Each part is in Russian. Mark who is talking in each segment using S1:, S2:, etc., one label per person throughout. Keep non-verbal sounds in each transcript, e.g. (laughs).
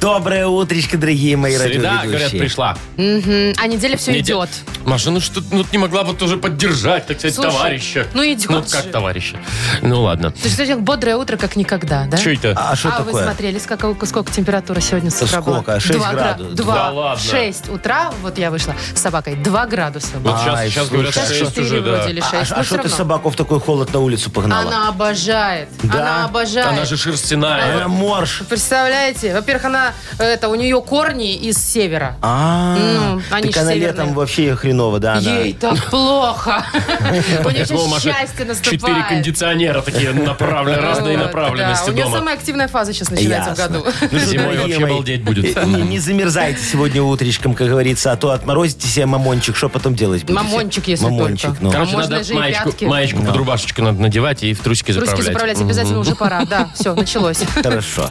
S1: Доброе утречко, дорогие мои
S2: Среда,
S1: радиоведущие.
S2: говорят, пришла.
S3: Мгм, А неделя все
S2: Неде-
S3: идет.
S2: Маша, ну что, ну ты не могла бы тоже поддержать, так сказать,
S3: Слушай,
S2: товарища.
S3: ну идет
S2: Ну как
S3: же.
S2: товарища? Ну ладно.
S3: То есть сегодня бодрое утро, как никогда, да?
S2: Че это?
S1: А что
S3: а вы
S1: такое?
S3: смотрели, сколько, сколько температура сегодня с утра была?
S1: Сколько? Шесть
S3: Два гра-
S1: градусов.
S3: Два.
S2: А Да ладно.
S3: Шесть утра, вот я вышла с собакой, два градуса
S2: Вот
S3: было.
S2: сейчас,
S1: ай,
S2: сейчас говорят,
S1: слушай.
S3: Сейчас
S2: шесть
S3: четыре
S2: уже, да.
S3: вроде или
S1: А-
S3: шесть.
S1: А
S3: но
S1: что
S3: всё
S1: ты
S3: равно.
S1: собаку в такой холод на улицу погнала?
S3: Она обожает.
S1: Да?
S3: Она обожает.
S2: Она же шерстяная.
S3: А
S1: Она морж.
S3: Представляете? Во-первых, она, это, у нее корни из севера.
S1: А,
S3: Ну, они
S1: так
S3: ж
S1: она
S3: северные.
S1: летом вообще хреново, да, она.
S3: Ей так
S2: (laughs)
S3: плохо. У нее
S2: Поэтому,
S3: сейчас
S2: А, Маша,
S3: счастье
S2: четыре
S3: наступает.
S2: кондиционера такие направлены, разные
S3: Вот,
S2: направленности
S3: да. У нее
S2: дома.
S3: самая активная фаза сейчас начинается
S1: Ясно.
S3: в году.
S1: Ну что,
S2: Зимой
S1: дорогие
S2: вообще
S1: мои,
S2: балдеть будет.
S1: э, Не, не замерзайте сегодня утречком, как говорится, а то отморозите себе мамончик. Что потом делать будете?
S3: Мамончик, если
S1: Мамончик,
S3: только.
S1: ну.
S2: Короче,
S3: А можно
S2: надо
S3: же и
S2: маечку,
S3: пятки.
S2: маечку под рубашечку надо надевать и в трусики
S3: Русский
S2: заправлять.
S3: заправлять обязательно уже пора. Да, все, началось.
S1: Хорошо.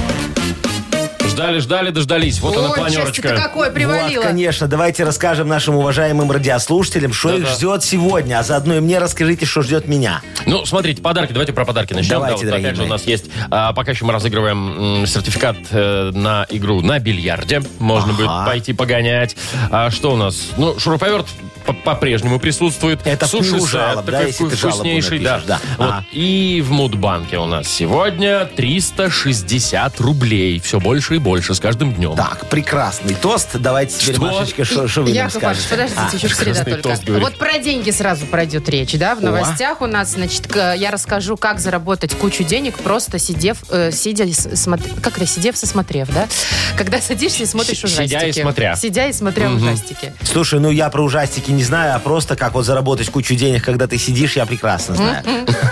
S2: Ждали, ждали, дождались. Вот она
S3: Ой, счастье-то
S2: планерочка.
S3: какое
S1: Вот,
S3: привалило.
S1: конечно, давайте расскажем нашим уважаемым радиослушателям, что их
S2: Да-да.
S1: ждет сегодня, а заодно и мне расскажите, что ждет меня.
S2: Ну, смотрите, подарки. Давайте про подарки начнем.
S1: Давайте,
S2: вот опять
S1: дорогие
S2: же у
S1: мои.
S2: нас есть. а, пока еще мы разыгрываем м, сертификат э, на игру на бильярде. Можно будет пойти погонять. А что у нас? Ну, шуруповерт по- по-прежнему присутствует.
S1: Это в
S2: Суши-сет
S1: книгу жалоб, да,
S2: такой
S1: если ты жалобу
S2: вкуснейший,
S1: напишешь,
S2: да.
S1: да.
S2: Вот.
S1: А.
S2: И в Мудбанке у нас сегодня 360 рублей. Все больше и больше с каждым днем.
S1: Так, прекрасный тост. Давайте теперь,
S2: Что?
S1: Машечка, что что вы нам
S3: Яков Маркович,
S1: скажете?
S3: подождите, еще ж среда
S2: А, красный
S3: только.
S2: тост говорит.
S3: Вот про деньги сразу пройдет речь, да? В новостях у нас, значит, к- я расскажу, как заработать кучу денег, просто сидев, э, сидя, и с- смотр- как это, сидев, сосмотрев, да? Когда садишься и смотришь
S2: Си- сидя и
S3: ужастики.
S2: смотря.
S3: Сидя и смотря ужастики.
S1: Слушай, ну я про ужастики не знаю, а просто как вот заработать кучу денег, когда ты сидишь, я прекрасно знаю.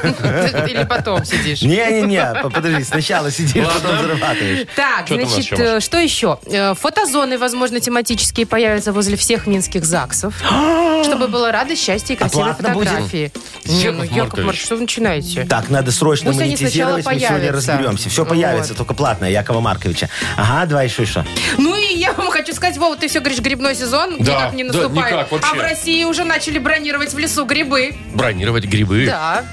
S3: Или потом сидишь.
S1: Не-не-не,
S3: (laughs)
S1: по- подожди, сначала сидишь, потом зарабатываешь.
S3: Так,
S2: Что там у нас
S3: значит,
S2: еще, Маша?
S3: э, что еще? Э, Фотозоны, возможно, тематические появятся возле всех
S2: (gasps)
S3: минских ЗАГСов. чтобы было рады, счастье и красивые
S1: платно будет?
S3: фотографии. Не, ну,
S2: А Яков
S3: Яков
S2: Маркович.
S3: Маркович, что вы начинаете?
S1: Так, надо срочно
S3: Пусть они
S1: монетизировать,
S3: Ну, сначала
S1: мы сегодня
S3: появятся.
S1: разберемся. Все
S3: Вот.
S1: появится, только платное, Якова Марковича. Ага, давай еще и что.
S3: Ну и я вам хочу сказать, Вова, ты все говоришь, грибной сезон
S2: Да,
S3: никак не
S2: да,
S3: наступает.
S2: никак вообще.
S3: А в России уже начали бронировать в лесу грибы.
S2: Бронировать грибы.
S3: Да.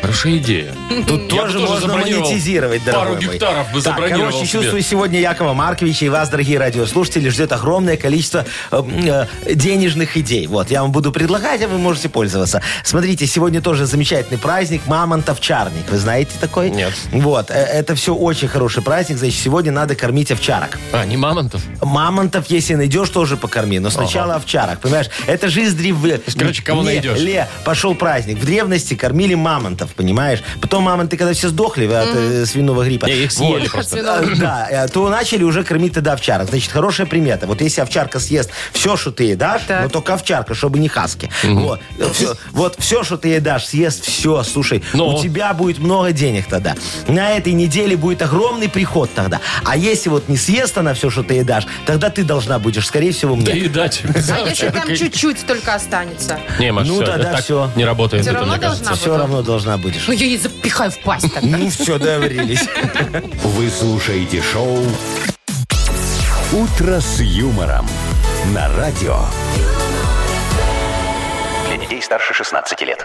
S2: Хорошая идея.
S1: Тут
S2: Я бы
S1: тоже
S2: тоже
S1: можно
S2: забронировал
S1: монетизировать,
S2: пару
S1: дорогой мой.
S2: гектаров бы
S1: так,
S2: забронировал
S1: короче,
S2: себе.
S1: чувствую сегодня Якова Марковича и вас, дорогие радиослушатели, ждет огромное количество э, м, э, денежных идей. Вот, я вам буду предлагать, а вы можете пользоваться. Смотрите, сегодня тоже замечательный праздник Мамонтов Чарник. Вы знаете такой?
S2: Нет.
S1: Вот, э, это все очень хороший праздник, значит, сегодня надо кормить овчарок.
S2: А, не мамонтов?
S1: Мамонтов, если найдешь, тоже покорми. Но сначала овчарок, понимаешь? Это же из древ...
S2: короче, кого
S1: Не,
S2: найдешь.
S1: Ле, пошел праздник. В древности кормили мамонтов, понимаешь? Потом мамонты, когда все сдохли от э, свиного гриппа.
S2: Не, их съели просто.
S1: Э, Да, э, то начали уже кормить тогда овчарок. Значит, хорошая примета. Вот если овчарка съест все, что ты ей дашь,
S3: Так.
S1: но только овчарка, чтобы не хаски. Вот, Э, всё- вот все, что ты ей дашь, съест все. Слушай,
S2: Ну?
S1: у тебя будет много денег тогда. На этой неделе будет огромный приход тогда. А если вот не съест она все, что ты ей дашь, тогда ты должна будешь, скорее всего, мне.
S2: Да и дать.
S3: А если там чуть-чуть только останется?
S2: Не, Маш,
S1: Ну,
S2: всё,
S1: тогда
S2: так
S1: всё.
S2: не работает.
S3: Всё
S2: это,
S3: равно
S2: мне кажется.
S3: должна.
S1: Все равно должна будешь.
S3: Ну я ей запихаю в пасть так.
S1: Ну
S3: (laughs)
S1: все, договорились.
S4: Вы слушаете шоу «Утро с юмором» на радио.
S5: Для детей старше 16 лет.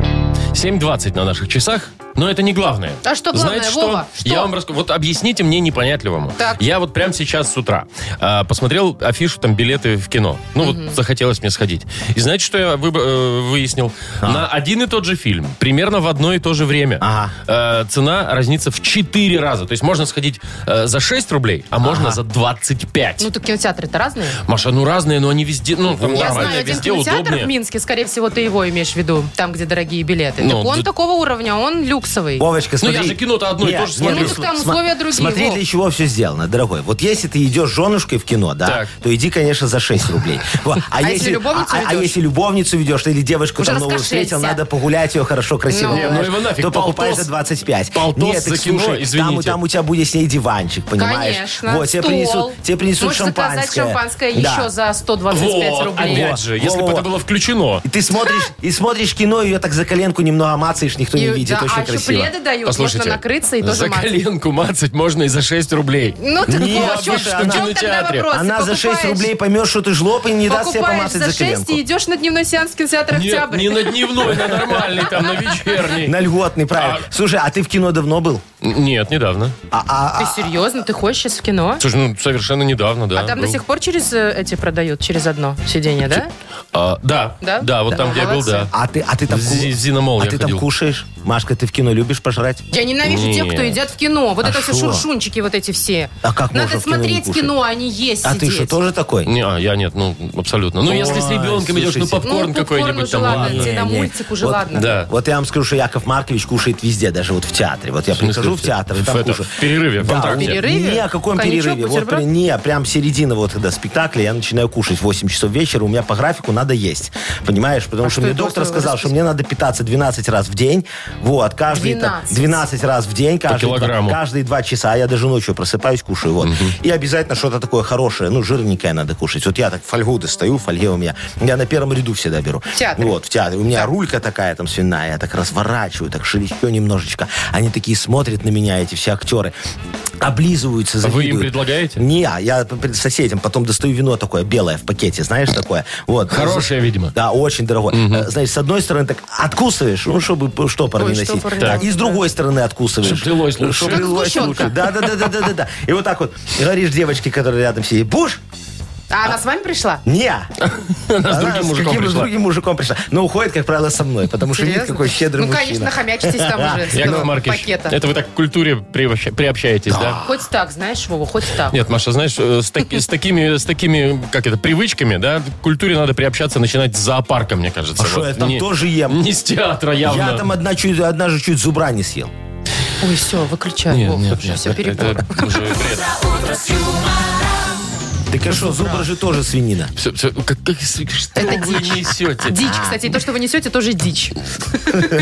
S2: 7.20 на наших часах, но это не главное.
S3: А что главное,
S2: Знаете,
S3: Вова?
S2: что?
S3: Что?
S2: Я вам расскажу. Вот объясните мне непонятливому.
S3: Так.
S2: Я вот прямо сейчас с утра э, посмотрел афишу, там, билеты в кино. Ну, вот захотелось мне сходить. И знаете, что я выб- э, выяснил?
S1: А.
S2: На один и тот же фильм, примерно в одно и то же время, э, цена разнится в 4 раза. То есть можно сходить э, за 6 рублей, а можно за 25.
S3: Ну, так кинотеатры-то разные.
S2: Маша, ну разные, но они везде, ну, там
S3: Я
S2: нормально,
S3: знаю один
S2: везде
S3: кинотеатр в
S2: удобнее.
S3: Минске, скорее всего, ты его имеешь в виду, там, где дорогие билеты.
S2: Ну,
S3: Так он
S2: да-
S3: такого уровня, он люксовый.
S1: Вовочка,
S2: Ну, я
S1: смотри.
S2: же кино-то одно и то же смотрю.
S3: Ну, так там условия другие,
S1: Смотри,
S3: Вов.
S1: для чего все сделано, дорогой. Вот если ты идешь с женушкой в кино, да,
S2: Так.
S1: то иди, конечно, за 6
S3: (laughs)
S1: рублей. Во,
S3: А если любовницу
S1: а- а
S3: ведёшь?
S1: если любовницу ведешь, или девушку
S3: Уже
S1: там новую
S3: раскошелься.
S1: встретил, надо погулять ее хорошо, красиво.
S3: Ну. Не, ну
S1: знаешь,
S2: его нафиг,
S1: То покупаешь
S2: полтос.
S1: за 25.
S2: Полтос
S1: Нет, так
S2: за кино,
S1: слушай, там,
S2: извините.
S1: там у тебя будет с ней диванчик, понимаешь?
S3: Конечно.
S1: Вот, тебе
S3: стол.
S1: принесут, тебе принесут
S3: Можешь
S1: шампанское.
S3: заказать шампанское
S1: Да. а
S3: еще за 125
S2: Вот,
S3: рублей.
S2: опять же, если бы
S1: Во-во-во.
S2: это было включено.
S1: И
S3: (gasps)
S1: ты смотришь, и смотришь кино, ее так за коленку немного мацаешь, никто
S3: И-
S1: не видит.
S3: да,
S1: очень
S3: а
S1: красиво.
S3: еще пледы дают,
S2: Послушайте,
S3: можно накрыться и тоже
S2: за
S3: мазать.
S2: коленку мацать можно и за 6 рублей.
S3: Ну так
S1: Не,
S3: вот, в чем-
S1: обычно
S3: в чем
S2: в
S3: тогда
S2: кинотеатре.
S3: вопрос? Ты
S1: Она за 6
S3: покупаешь-
S1: рублей поймет, что ты жлоб и не даст себе
S3: Покупаешь
S1: помацать
S3: за 6
S1: за коленку.
S3: и идешь на дневной сеанс в кинотеатр
S2: Нет,
S3: «Октябрь».
S2: не на дневной, на нормальный, там, на вечерний.
S1: На льготный, правильно. Слушай, а ты в кино давно был?
S2: Нет, недавно.
S1: А, а-
S3: Ты
S1: а-
S3: серьезно? Ты ходишь сейчас в кино?
S2: Слушай, ну, совершенно недавно, да. Ну,
S3: А там
S2: был.
S3: до
S1: ну.
S3: сих пор через э, эти продают, через одно сиденье, да?
S2: А, да,
S3: Да?
S2: да, вот
S3: Да.
S2: там, где я был,
S3: Молодцы.
S2: да.
S1: а ты, а ты там,
S2: В
S1: ку-
S2: Зи- Зиномол
S1: а
S2: я
S1: ты там
S2: ходил.
S1: кушаешь? Машка, ты в кино любишь пожрать?
S3: Я ненавижу тех,
S2: Нет.
S3: кто едят в кино. Вот это все
S1: шо?
S3: шуршунчики вот эти все.
S1: А как
S3: Надо
S1: можно в кино не
S3: смотреть кино,
S1: кушать?
S3: а не есть
S1: А ты
S3: сидеть.
S1: что, тоже такой?
S2: Не, а, я нет, ну, абсолютно. Ну,
S1: Ой,
S2: если с ребенком идешь, ну,
S1: слушайте.
S2: попкорн
S3: Ну, попкорн
S2: какой-нибудь
S3: уже
S2: там.
S3: ладно,
S2: ладно.
S3: тебе а на
S1: Не, не.
S3: мультик уже
S1: Вот,
S3: ладно.
S2: Да.
S1: Вот я вам скажу, что Яков Маркович кушает везде, даже вот в театре. Вот я
S2: смысле,
S1: прихожу в
S2: в
S1: театр и
S2: в
S1: там
S2: это,
S1: кушаю.
S2: в перерыве, в контракте.
S1: вот-
S3: перерыве?
S1: Не, о каком
S3: Коньячок,
S1: перерыве? Вот,
S3: бутерброд?
S1: при- не, прям середина вот когда спектакля, я начинаю кушать в 8 часов вечера, у меня по графику надо есть. Понимаешь? Потому
S3: А что
S1: что мне
S3: это
S1: доктор
S3: у вас
S1: сказал,
S3: распис-
S1: что мне надо питаться 12 раз в день. Вот, каждый там-
S3: 12.
S1: 12 раз в день, каждые, два,
S2: килограмму.
S1: каждые 2 часа. а Я даже ночью просыпаюсь, кушаю. Вот. И обязательно что-то такое хорошее, ну, жирненькое надо кушать. Вот я так фольгу достаю, в фольге у меня. Я на первом ряду всегда беру.
S3: В театре?
S1: Вот, в театре. У меня рулька такая там свиная, я так разворачиваю, так шелестю немножечко. Они такие смотрят на меня, эти все актеры. Облизываются,
S2: Вы им
S1: завидуют.
S2: предлагаете?
S1: Не, а я пред- соседям потом достаю вино такое белое в пакете, знаешь, такое. Вот.
S2: Хорошее, видимо.
S1: Да, очень дорогое. Э, Знаешь, с одной стороны так откусываешь, ну, чтобы п- штопор
S3: Ой,
S1: не носить.
S3: штопор не
S1: Да,
S3: надо,
S1: И с
S3: да.
S1: другой стороны откусываешь.
S2: Чтоб лилось лучше.
S1: Чтоб
S3: Как
S1: лилось
S3: сгущенка.
S1: лучше. Да, да, да, да, да, да, да. И вот так вот говоришь девочке, которая рядом сидит, будешь?
S3: А она с вами пришла?
S1: Не. Она
S2: (laughs) с другим мужиком
S1: каким-то
S2: пришла.
S1: другим мужиком пришла. Но уходит, как правило, со мной, потому что видит,
S3: Серьезно?
S1: какой щедрый
S3: Ну,
S1: мужчина.
S3: конечно, хомячитесь там уже. с
S2: Яков
S3: этого
S2: Маркович,
S3: Пакета.
S2: это вы так к культуре приобща- приобщаетесь, да?
S3: Хоть так, знаешь, Вова, хоть так.
S2: Нет, Маша, знаешь, э, с, таки- с такими, с такими, как это, привычками, да, к культуре надо приобщаться, начинать с зоопарка, мне кажется.
S1: (laughs) А что,
S2: Вот.
S1: я там
S2: Не-
S1: тоже ем?
S2: Не с театра явно.
S1: Я там одна, чуть, одна же чуть зубра не съел.
S3: Ой, все, выключай.
S2: Нет,
S3: Вов,
S2: нет,
S3: уже
S2: нет,
S3: все,
S2: это-
S3: перебор.
S2: это уже бред.
S1: Так
S2: Ну,
S1: а что, зубра же тоже свинина. (laughs)
S2: Всё- всё, как- как- что
S3: Это
S2: вы
S3: дичь.
S2: несете?
S3: Дичь, кстати, и то, что вы несете, тоже дичь.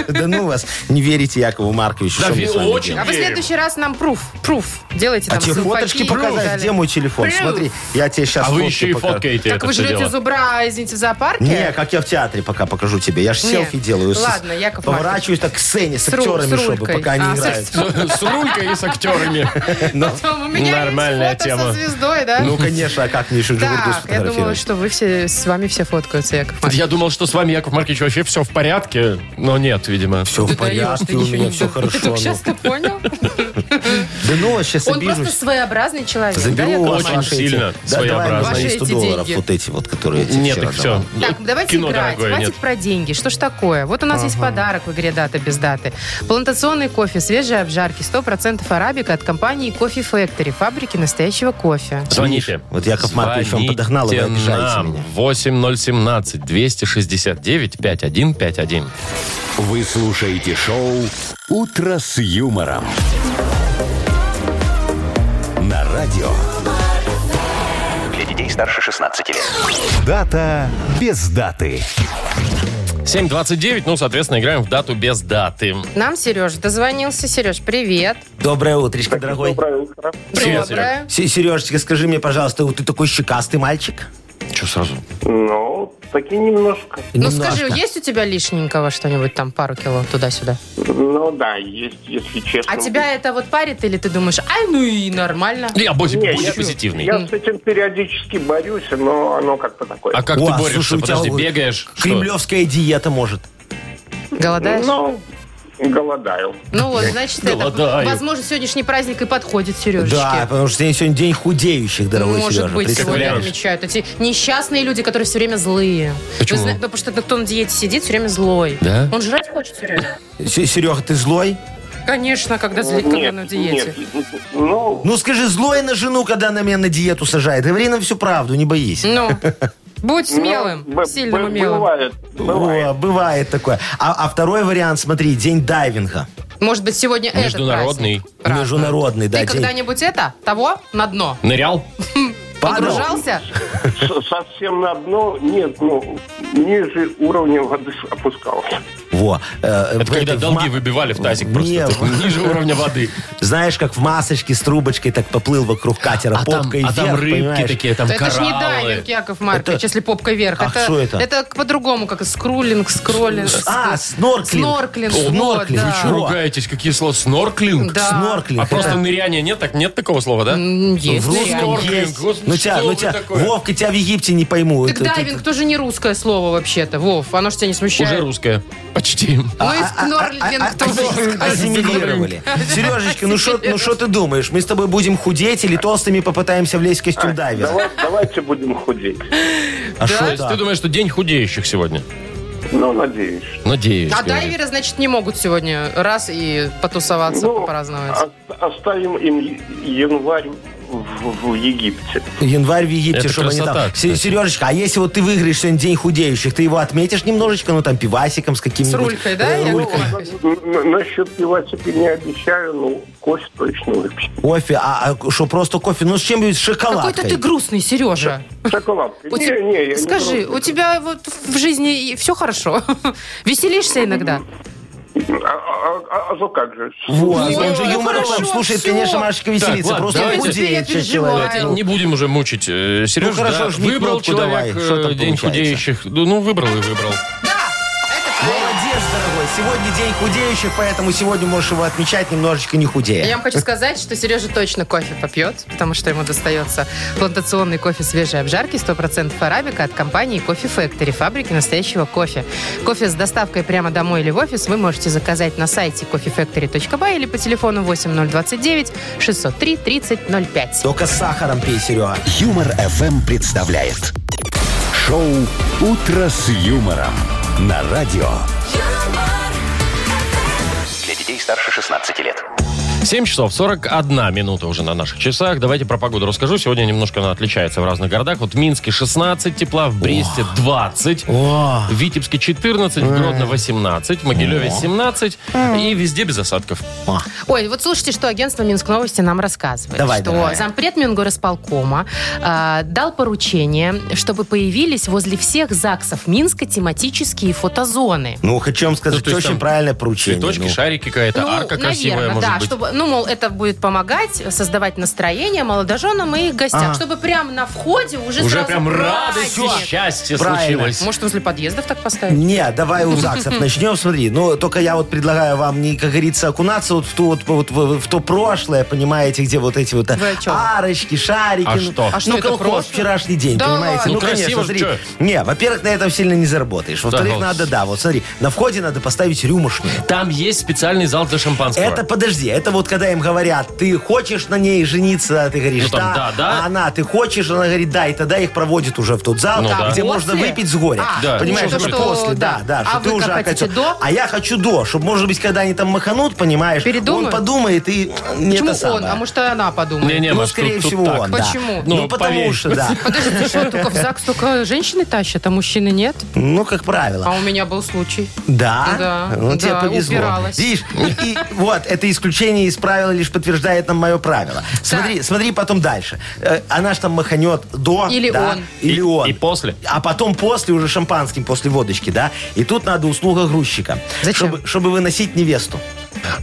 S1: Да ну вас, не верите Якову Марковичу,
S2: Да
S1: что мы с вами
S2: очень.
S1: делаем.
S3: А вы в
S2: Верю.
S3: следующий раз нам пруф, пруф делайте там. Ну,
S1: А тебе
S3: ссылку,
S1: фоточки
S3: фотки и так
S1: показать?
S3: далее.
S1: Где мой телефон?
S3: Прю.
S1: Смотри, я тебе сейчас
S2: А вы еще и
S1: покажу.
S2: фоткаете
S3: Так
S2: это
S3: вы
S2: все
S3: жрете
S2: дело.
S3: зубра, извините, в зоопарке? (laughs)
S1: Не, как я в театре пока покажу тебе. Я же
S3: Не.
S1: селфи делаю. с-
S3: Ладно, Яков
S1: Поворачиваюсь так к сцене с
S3: С ру- с
S1: актерами, чтобы
S3: рулькой.
S1: пока
S3: А,
S1: они
S3: с-
S1: играют.
S2: С рулькой и с актерами.
S3: Потом А у меня
S2: Нормальная
S3: есть фото
S2: тема.
S3: со звездой, да?
S1: Ну, конечно, а как мне еще Джигурду
S3: так, я думала,
S1: сфотографировать?
S3: что вы все, с вами все фоткаются, Яков Маркович.
S2: Я думал, что с вами, Яков Маркович, вообще все в порядке, но нет, видимо.
S1: Все в
S3: Ты даешь,
S1: порядке,
S3: ты
S1: типа, у
S3: ничего
S1: меня
S3: не
S1: все
S3: делаешь. (laughs) Ты
S1: хорошо.
S3: только сейчас
S1: ну.
S3: это
S1: (laughs)
S3: понял?
S1: Да ну, сейчас
S3: Он просто
S1: обижусь.
S3: своеобразный человек, да,
S1: Заберу
S3: Яков
S1: у вас
S2: очень
S3: Маркович?
S1: ваши эти-
S2: сильно
S1: Да, давай мне
S2: своеобразно.
S1: мои
S3: Ваши
S1: 100
S3: эти
S1: долларов,
S3: деньги.
S1: вот эти вот, которые я тебе
S2: Нет,
S1: вчера
S2: так все.
S1: давал.
S3: Так, давайте
S2: Кино,
S3: играть.
S2: дорогое,
S3: Хватит
S2: нет.
S3: про деньги. Что ж такое? Вот у нас есть подарок в игре «Дата без даты». Плантационный кофе свежие обжарки 100% арабика от компании Coffee Factory, фабрики настоящего кофе.
S2: Звоните.
S1: Вот Яков Маркович вам
S2: Звоните
S1: подогнал, и вы обижаете
S2: нам.
S1: меня.
S2: 8017 269 5151.
S4: Вы слушаете шоу «Утро с юмором». На радио.
S5: Для детей старше 16 лет.
S4: Дата без даты.
S2: 729, ну, соответственно, играем в дату без даты.
S3: Нам Сереж дозвонился. Сереж, привет.
S1: Доброе утречко, дорогой.
S2: Привет,
S3: Доброе.
S1: Се- Сережечка, скажи мне, пожалуйста, вот ты такой щекастый мальчик?
S2: Че сразу?
S6: Ну, таки немножко.
S3: Ну
S1: Немножко.
S3: скажи, есть у тебя лишненького что-нибудь там, пару кило туда-сюда?
S6: Ну да, есть, если честно.
S3: А тебя это вот парит или ты думаешь, ай, ну и нормально?
S2: Я будь,
S6: Не,
S2: будь
S6: я-
S2: позитивный.
S6: Я с этим периодически борюсь, но оно как-то такое.
S2: А как
S1: О,
S2: ты борешься?
S1: слушай, у тебя
S2: Подожди,
S1: вот
S2: бегаешь? Что?
S1: Кремлевская диета, может.
S3: Голодаешь?
S6: Ну, голодаю.
S3: Ну вот, значит, это,
S2: Голодаю.
S3: возможно, сегодняшний праздник и подходит Сережечке.
S1: Да, потому что сегодня день худеющих, дорогой
S3: Может
S1: Сережа.
S3: быть,
S1: представляешь?
S3: сегодня
S2: представляешь?
S3: отмечают. Эти несчастные люди, которые все время злые.
S2: Почему?
S3: Вы зна- ну, потому что кто на диете сидит, все время злой.
S2: Да?
S3: Он жрать хочет все время.
S1: Се- Серега, ты злой?
S3: Конечно, когда, зли- когда на диете.
S6: нет, ну,
S1: Ну скажи, злой на жену, когда она меня на диету сажает. Говори нам всю правду, не боись.
S3: Ну, будь смелым,
S6: ну, б-
S3: сильным
S6: б-
S3: и милым.
S6: Бывает, бывает.
S1: О, бывает такое. А, а второй вариант, смотри, день дайвинга.
S3: Может быть, сегодня этот
S2: Международный.
S3: праздник. Правда.
S1: Международный, да,
S3: Ты
S1: день.
S3: когда-нибудь это, того, на дно?
S2: Нырял?
S1: Падал.
S3: Погружался?
S6: С- Совсем на дно, нет, ну, ниже уровня воды опускался.
S1: Во. э, в
S2: Это когда
S1: этой- в
S2: долги
S1: ма-
S2: выбивали в тазик просто.
S1: Не,
S2: Ты Ниже уровня воды.
S1: Знаешь, как в масочке с трубочкой так поплыл вокруг катера,
S2: А там,
S1: попкой
S2: а там
S1: вверх,
S2: рыбки
S1: понимаешь?
S2: такие, там
S3: это ж не
S2: кораллы.
S3: дайвинг, Яков Маркович,
S1: Это-
S3: если попкой вверх.
S1: А что это?
S3: Это к- по-другому, как скрулинг, скроллинг.
S1: С- А, снорклинг.
S3: Снорклинг, вот,
S1: Снорклинг.
S3: да.
S1: Вы
S2: Чё
S1: чё?
S2: ругаетесь? Какие слова? Снорклинг?
S3: Да.
S1: Снорклинг.
S2: А просто
S1: Это-
S2: ныряние нет? Так нет такого слова, да?
S3: Есть вариант.
S1: в русском
S2: Снорклинг.
S1: есть.
S2: Господи,
S1: Ну тебя,
S2: что
S1: ну
S2: вы
S1: тебя,
S2: такое?
S1: Вовка, тебя в Египте не пойму.
S3: Так
S1: Это- это-
S3: дайвинг тоже не русское слово вообще-то, Вов. Оно что, тебя не смущает?
S2: Уже русское. Почти.
S3: Ну и
S1: А- а-
S3: скнорлинг тоже
S1: а-
S3: русское.
S1: Ассимилировали. Сережечка, ну что ну шо ты думаешь? Мы с тобой будем худеть или толстыми попытаемся влезть в костюм дайвера?
S6: Давай- давайте будем худеть.
S1: А шо
S2: То есть
S1: да?
S2: ты думаешь, что день худеющих сегодня?
S6: Ну, надеюсь. что-
S2: Надеюсь.
S3: А
S2: говорит.
S3: дайверы, значит, не могут сегодня раз и потусоваться,
S6: Ну,
S3: попраздновать.
S6: ост- оставим им я- январь в, в Египте.
S1: Январь в Египте,
S2: Это
S1: чтобы они
S2: красота,
S1: там... Се-
S2: кстати.
S1: Сережечка, а если вот ты выиграешь сегодня день худеющих, ты его отметишь немножечко, ну там пивасиком с
S3: С
S1: каким-нибудь...
S3: рулькой, да?
S1: э,
S3: Яков
S1: рулькой.
S3: Маркович?
S6: Н- н- Насчет пива тебе не обещаю, но кофе точно выпью.
S1: Кофе, а что просто кофе? Ну с чем-нибудь с
S3: Какой-то
S1: шоколадкой.
S3: ты грустный, Сережа.
S6: Шоколадка.
S3: У
S6: Не,
S3: те-
S6: не, я не
S3: Скажи,
S6: против.
S3: у тебя вот в жизни все хорошо? (laughs) Веселишься иногда?
S6: А, а- а- а то как же?
S1: Вот,
S3: Ой,
S1: он же
S3: ну
S1: юмором
S3: хорошо,
S1: слушает,
S3: всё.
S1: конечно, Машечка веселится.
S2: ладно,
S1: Просто
S2: давайте.
S1: худеет сейчас человек.
S3: Давайте
S1: Ну,
S2: Не будем уже мучить э, Сережу.
S1: хорошо,
S2: да.
S1: жми
S2: Выбрал
S1: кнопку
S2: человек
S1: давай. Что
S2: э,
S1: там
S2: день
S1: получается?
S2: худеющих. Ну, ну, выбрал и выбрал.
S3: Да, это правильно.
S1: Молодец, дорогой. Сегодня день худеющих, поэтому сегодня можешь его отмечать немножечко не худее.
S3: Я вам хочу сказать, что Сережа точно кофе попьет, потому что ему достается плантационный кофе свежей обжарки 100% арабика от компании Кофе Factory, фабрики настоящего кофе. Кофе с доставкой прямо домой или в офис вы можете заказать на сайте coffeefactory.by или по телефону 8029 603 3005.
S1: Только с сахаром пей, Серега.
S4: Юмор FM представляет шоу Утро с юмором на радио.
S5: Для детей старше 16 лет.
S2: 7 часов 41 минута уже на наших часах. Давайте про погоду расскажу. Сегодня немножко она отличается в разных городах. Вот в Минске 16 тепла, в Бресте 20, в Витебске 14,
S1: Э.
S2: в Гродно 18, в Могилеве 17 и везде без осадков.
S3: Ой, вот слушайте, что агентство Минск Новости нам рассказывает.
S1: Давай,
S3: что
S1: дорогая.
S3: зампред Мингорасполкома э, дал поручение, чтобы появились возле всех ЗАГСов Минска тематические фотозоны.
S1: Ну, хочу вам сказать,
S2: Ну, то есть
S1: очень
S2: там
S1: правильное поручение.
S2: Цветочки,
S1: ну.
S2: шарики какая-то,
S3: ну,
S2: арка
S3: наверное,
S2: красивая может
S3: да,
S2: быть.
S3: чтобы, ну, мол, это будет помогать создавать настроение молодоженам и их гостям,
S1: Ага.
S3: чтобы прям на входе уже
S2: Уже
S3: сразу
S2: прям радость и
S3: праздник.
S2: счастье
S1: Правильно.
S2: случилось.
S3: Может, возле подъездов так поставить?
S1: Не, давай у ЗАГСов начнем, смотри. Ну, только я вот предлагаю вам не, как говорится, окунаться вот в, ту, вот- вот в- в то прошлое, понимаете, где вот эти вот а,
S3: Вы о чем?
S1: арочки, шарики.
S2: А
S1: ну,
S2: что?
S3: А что
S1: ну,
S3: это
S1: колхоз
S3: прошлое?
S1: вчерашний день,
S3: Да
S1: понимаете?
S3: ладно.
S2: Ну, красиво же, чё?
S1: Не, во-первых, на этом сильно не заработаешь. Во-вторых,
S2: Да, ну
S1: надо, да, вот смотри, на входе надо поставить рюмошную.
S2: Там есть специальный зал для шампанского.
S1: Это подожди, это вот когда им говорят, ты хочешь на ней жениться, а ты говоришь,
S2: Ну, там, да, да.
S1: а она, ты хочешь, она говорит, да, и тогда их проводят уже в тот зал,
S2: Ну, да.
S3: После?
S1: где можно выпить с горя.
S3: А,
S2: Да,
S1: Понимаешь,
S2: ну,
S1: уже
S2: что-
S1: после, да, да,
S3: А
S1: что
S3: вы
S1: ты уже
S3: как
S1: опять...
S3: хотите, до?
S1: А я хочу до, чтобы, может быть, когда они там маханут, понимаешь,
S3: Передумают?
S1: он подумает и м, не
S3: Почему
S1: это самое.
S3: он? А может, и она подумает?
S2: Не-не,
S1: ну,
S2: Маш,
S1: скорее
S2: тут- тут
S1: всего,
S2: так.
S1: он, да.
S3: Почему?
S1: Ну,
S2: Ну,
S1: потому
S2: поверь.
S1: что,
S3: (laughs)
S1: да.
S3: Подождите, что только в ЗАГС только женщины тащат, а мужчины нет?
S1: Ну, как правило.
S3: А у меня был случай.
S1: Да?
S3: Да,
S1: Ну, тебе
S3: да,
S1: повезло.
S3: упиралась.
S1: Видишь, и, и вот, это исключение из правила лишь подтверждает нам мое правило. Смотри, смотри потом дальше. Э, Она ж там маханет до...
S3: Или
S1: да,
S3: он.
S1: Или
S2: И-
S1: он.
S2: и после.
S1: А потом после уже шампанским, после водочки, да? И тут надо услуга грузчика.
S3: Зачем?
S1: Чтобы, чтобы выносить невесту.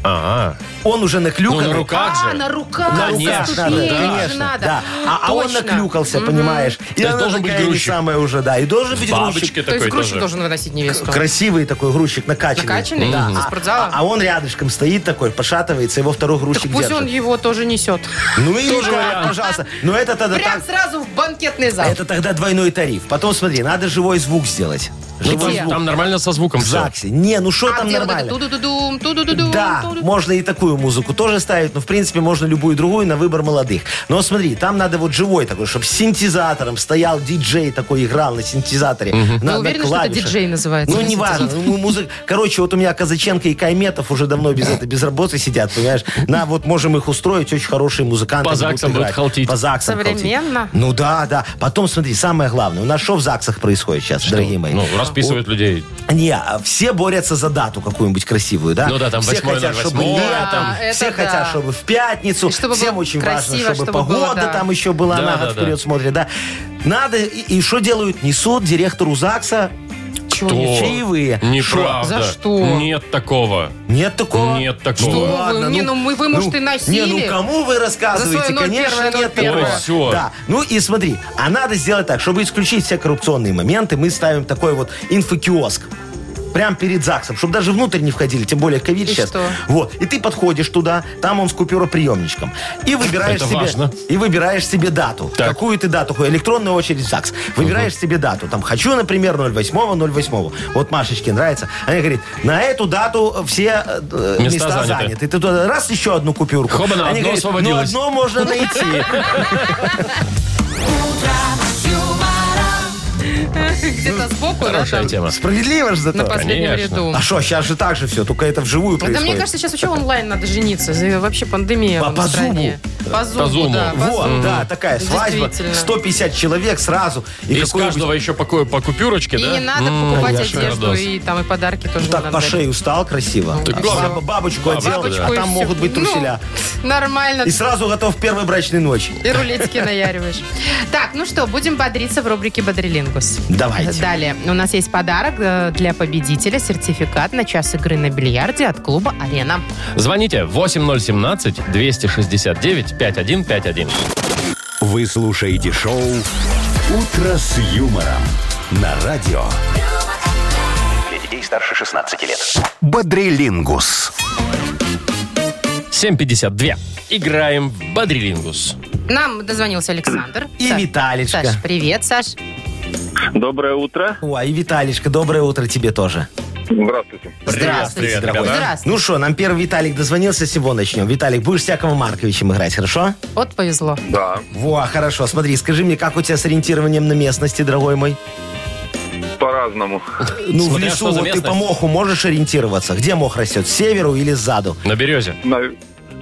S2: Ага.
S1: Он уже
S2: Ну,
S1: наклюканный.
S2: на руках
S3: а,
S2: же.
S3: на руках,
S2: На
S3: на
S2: конечно,
S3: ступеньках
S2: да.
S3: же
S1: конечно,
S3: надо.
S1: да. А, а он
S3: Точно.
S1: наклюкался, понимаешь? И
S2: То есть
S1: она
S2: должен быть
S1: такая не
S2: грузчик.
S1: самая уже, да. И должен быть грузчик.
S2: Бабочки
S3: То есть
S2: такой
S3: грузчик
S2: тоже.
S3: должен выносить невесту.
S1: Красивый такой грузчик, накачанный.
S3: Накачанный?
S1: Да.
S3: Из
S1: А-
S3: спортзала?
S1: А, а он рядышком стоит такой, пошатывается, его второй грузчик
S3: Так пусть
S1: держит.
S3: он его тоже несет.
S1: Ну и
S2: Тоже
S1: как,
S2: вариант.
S1: пожалуйста. Но это тогда
S3: Прям
S1: так-
S3: сразу в банкетный зал.
S1: это тогда двойной тариф. Потом смотри, надо живой звук сделать.
S2: Ну,
S1: Живой
S3: Где?
S2: там,
S1: звук.
S2: там нормально со звуком
S1: В
S2: всё.
S1: ЗАГСе. Не, ну что
S3: а
S1: там
S3: где вот
S1: нормально?
S3: это ту-ду-ду-дум, ту-ду-ду-дум,
S1: Да,
S3: ту-ду-ду?
S1: можно и такую музыку тоже ставить, но в принципе можно любую другую на выбор молодых. Но смотри, там надо вот живой такой, чтобы с синтезатором стоял диджей такой, играл на синтезаторе. на-
S3: Вы
S1: на
S3: уверены, что это
S1: клавишах.
S3: диджей называется?
S1: Ну, не важно. Ну, музы- Короче, вот у меня Казаченко и Кайметов уже давно без, это, без работы сидят, понимаешь? На, вот можем их устроить, очень хорошие музыканты.
S2: По
S1: будут
S2: ЗАГСам
S1: играть.
S2: будут халтить.
S1: По ЗАГСам халтить.
S3: Современно.
S1: Ну да, да. Потом, смотри, самое главное, у нас что в ЗАГСах происходит сейчас, дорогие мои?
S2: Ну, списывают людей.
S1: Не, а все борются за дату какую-нибудь красивую, да?
S2: Ну да, там
S1: все
S2: 8.08,
S1: хотят, чтобы
S2: да,
S1: летом,
S3: это
S1: все
S3: да.
S1: хотят, чтобы в пятницу,
S3: И чтобы
S1: всем
S3: было
S1: очень
S3: красиво,
S1: важно, чтобы,
S3: чтобы было,
S1: погода
S3: да.
S1: там еще была
S2: Да,
S1: на
S2: да,
S1: год
S2: да.
S1: вперед смотрит, да? Надо, и и что делают? Несут директору ЗАГСа чего ну, не чаевые.
S2: Неправда.
S3: За что?
S2: Нет такого.
S1: Нет такого?
S2: Нет такого.
S3: Что вы? Не, ну мы- вы, может, и носили.
S1: Не, ну кому вы
S3: За
S1: рассказываете?
S3: свое
S1: Конечно,
S3: 01,
S1: нет
S3: 01.
S1: такого.
S2: Ой, всё.
S1: Да. Ну и смотри, а надо сделать так, чтобы исключить все коррупционные моменты, мы ставим такой вот инфокиоск. Прям перед ЗАГСом, чтобы даже внутрь не входили, тем более ковид
S3: И
S1: сейчас.
S3: что?
S1: Вот. И ты подходишь туда, там он с купюроприемничком. И выбираешь
S2: Это
S1: себе.
S2: важно.
S1: И выбираешь себе дату.
S2: Так.
S1: Какую ты дату? хочешь? Электронная очередь в ЗАГС. Выбираешь себе дату. Там хочу, например, 08 08 Вот Машечке нравится. Она говорит, на эту дату все э,
S2: Места
S1: места,
S2: заняты.
S1: заняты. Ты туда раз еще одну купюрку.
S2: Хобана, одно
S1: ну
S2: освободилось».
S1: одно можно найти.
S3: Где-то
S1: Ну,
S3: сбоку, да,
S2: Хорошая
S3: там,
S2: тема.
S1: Справедливо же
S3: на
S1: зато.
S3: последнем
S2: Конечно.
S3: ряду.
S1: А что, сейчас же так же все, только это вживую
S3: Да мне
S1: происходит.
S3: кажется, сейчас вообще онлайн надо жениться. За- Вообще пандемия
S1: По-
S3: в
S1: по
S3: стране. По зуму.
S2: зуму.
S3: да. по
S1: Вот,
S3: зуму.
S1: да, такая свадьба.
S3: Действительно.
S1: 150 человек сразу.
S2: И с
S1: какой-нибудь-
S2: каждого еще по, ку- по купюрочке,
S3: И
S2: да?
S3: не надо
S2: М,
S3: покупать
S2: конечно,
S3: одежду,
S2: Родос.
S3: и там и подарки тоже
S1: Ну,
S3: не
S1: так
S3: надо.
S1: по шею стал красиво.
S3: Ну,
S2: да.
S1: А баба- Бабочку одел,
S3: Бабочку
S1: а
S3: и
S1: там
S3: всё.
S1: могут быть
S3: Ну,
S1: труселя.
S3: нормально.
S1: И сразу готов к первой брачной ночи.
S3: И рулетики наяриваешь. Так, ну что, будем бодриться в рубрике «Бодрилингус».
S1: Давайте.
S3: Далее. У нас есть подарок э, для победителя. Сертификат на час игры на бильярде от клуба «Арена».
S2: Звоните 8017-269-5151.
S4: Вы слушаете шоу «Утро с юмором» на радио
S5: Для детей старше 16 лет.
S4: «Бодрилингус».
S2: 752. Играем в Бадрилингус.
S3: Нам дозвонился Александр.
S1: И
S3: Са-
S1: Виталичка.
S3: Саш, привет, Саш.
S7: Доброе утро.
S1: Ой, и Виталичка, доброе утро тебе тоже.
S7: Здравствуйте.
S3: Здравствуйте.
S2: привет, ребята.
S3: Здравствуйте.
S1: Ну что, нам первый Виталик дозвонился, с его начнем. Виталик, будешь с Яковом Марковичем играть, хорошо?
S2: Ну,
S3: Вот повезло.
S7: Да.
S1: Во, хорошо. Смотри, скажи мне, как у тебя с ориентированием на местности, дорогой мой?
S6: (laughs)
S7: По-разному.
S1: Ну,
S2: Смотря
S1: в лесу
S2: что за
S1: вот ты
S2: местность.
S1: по моху можешь ориентироваться? Где мох растет, с северу или сзаду?
S2: На березе.
S7: На,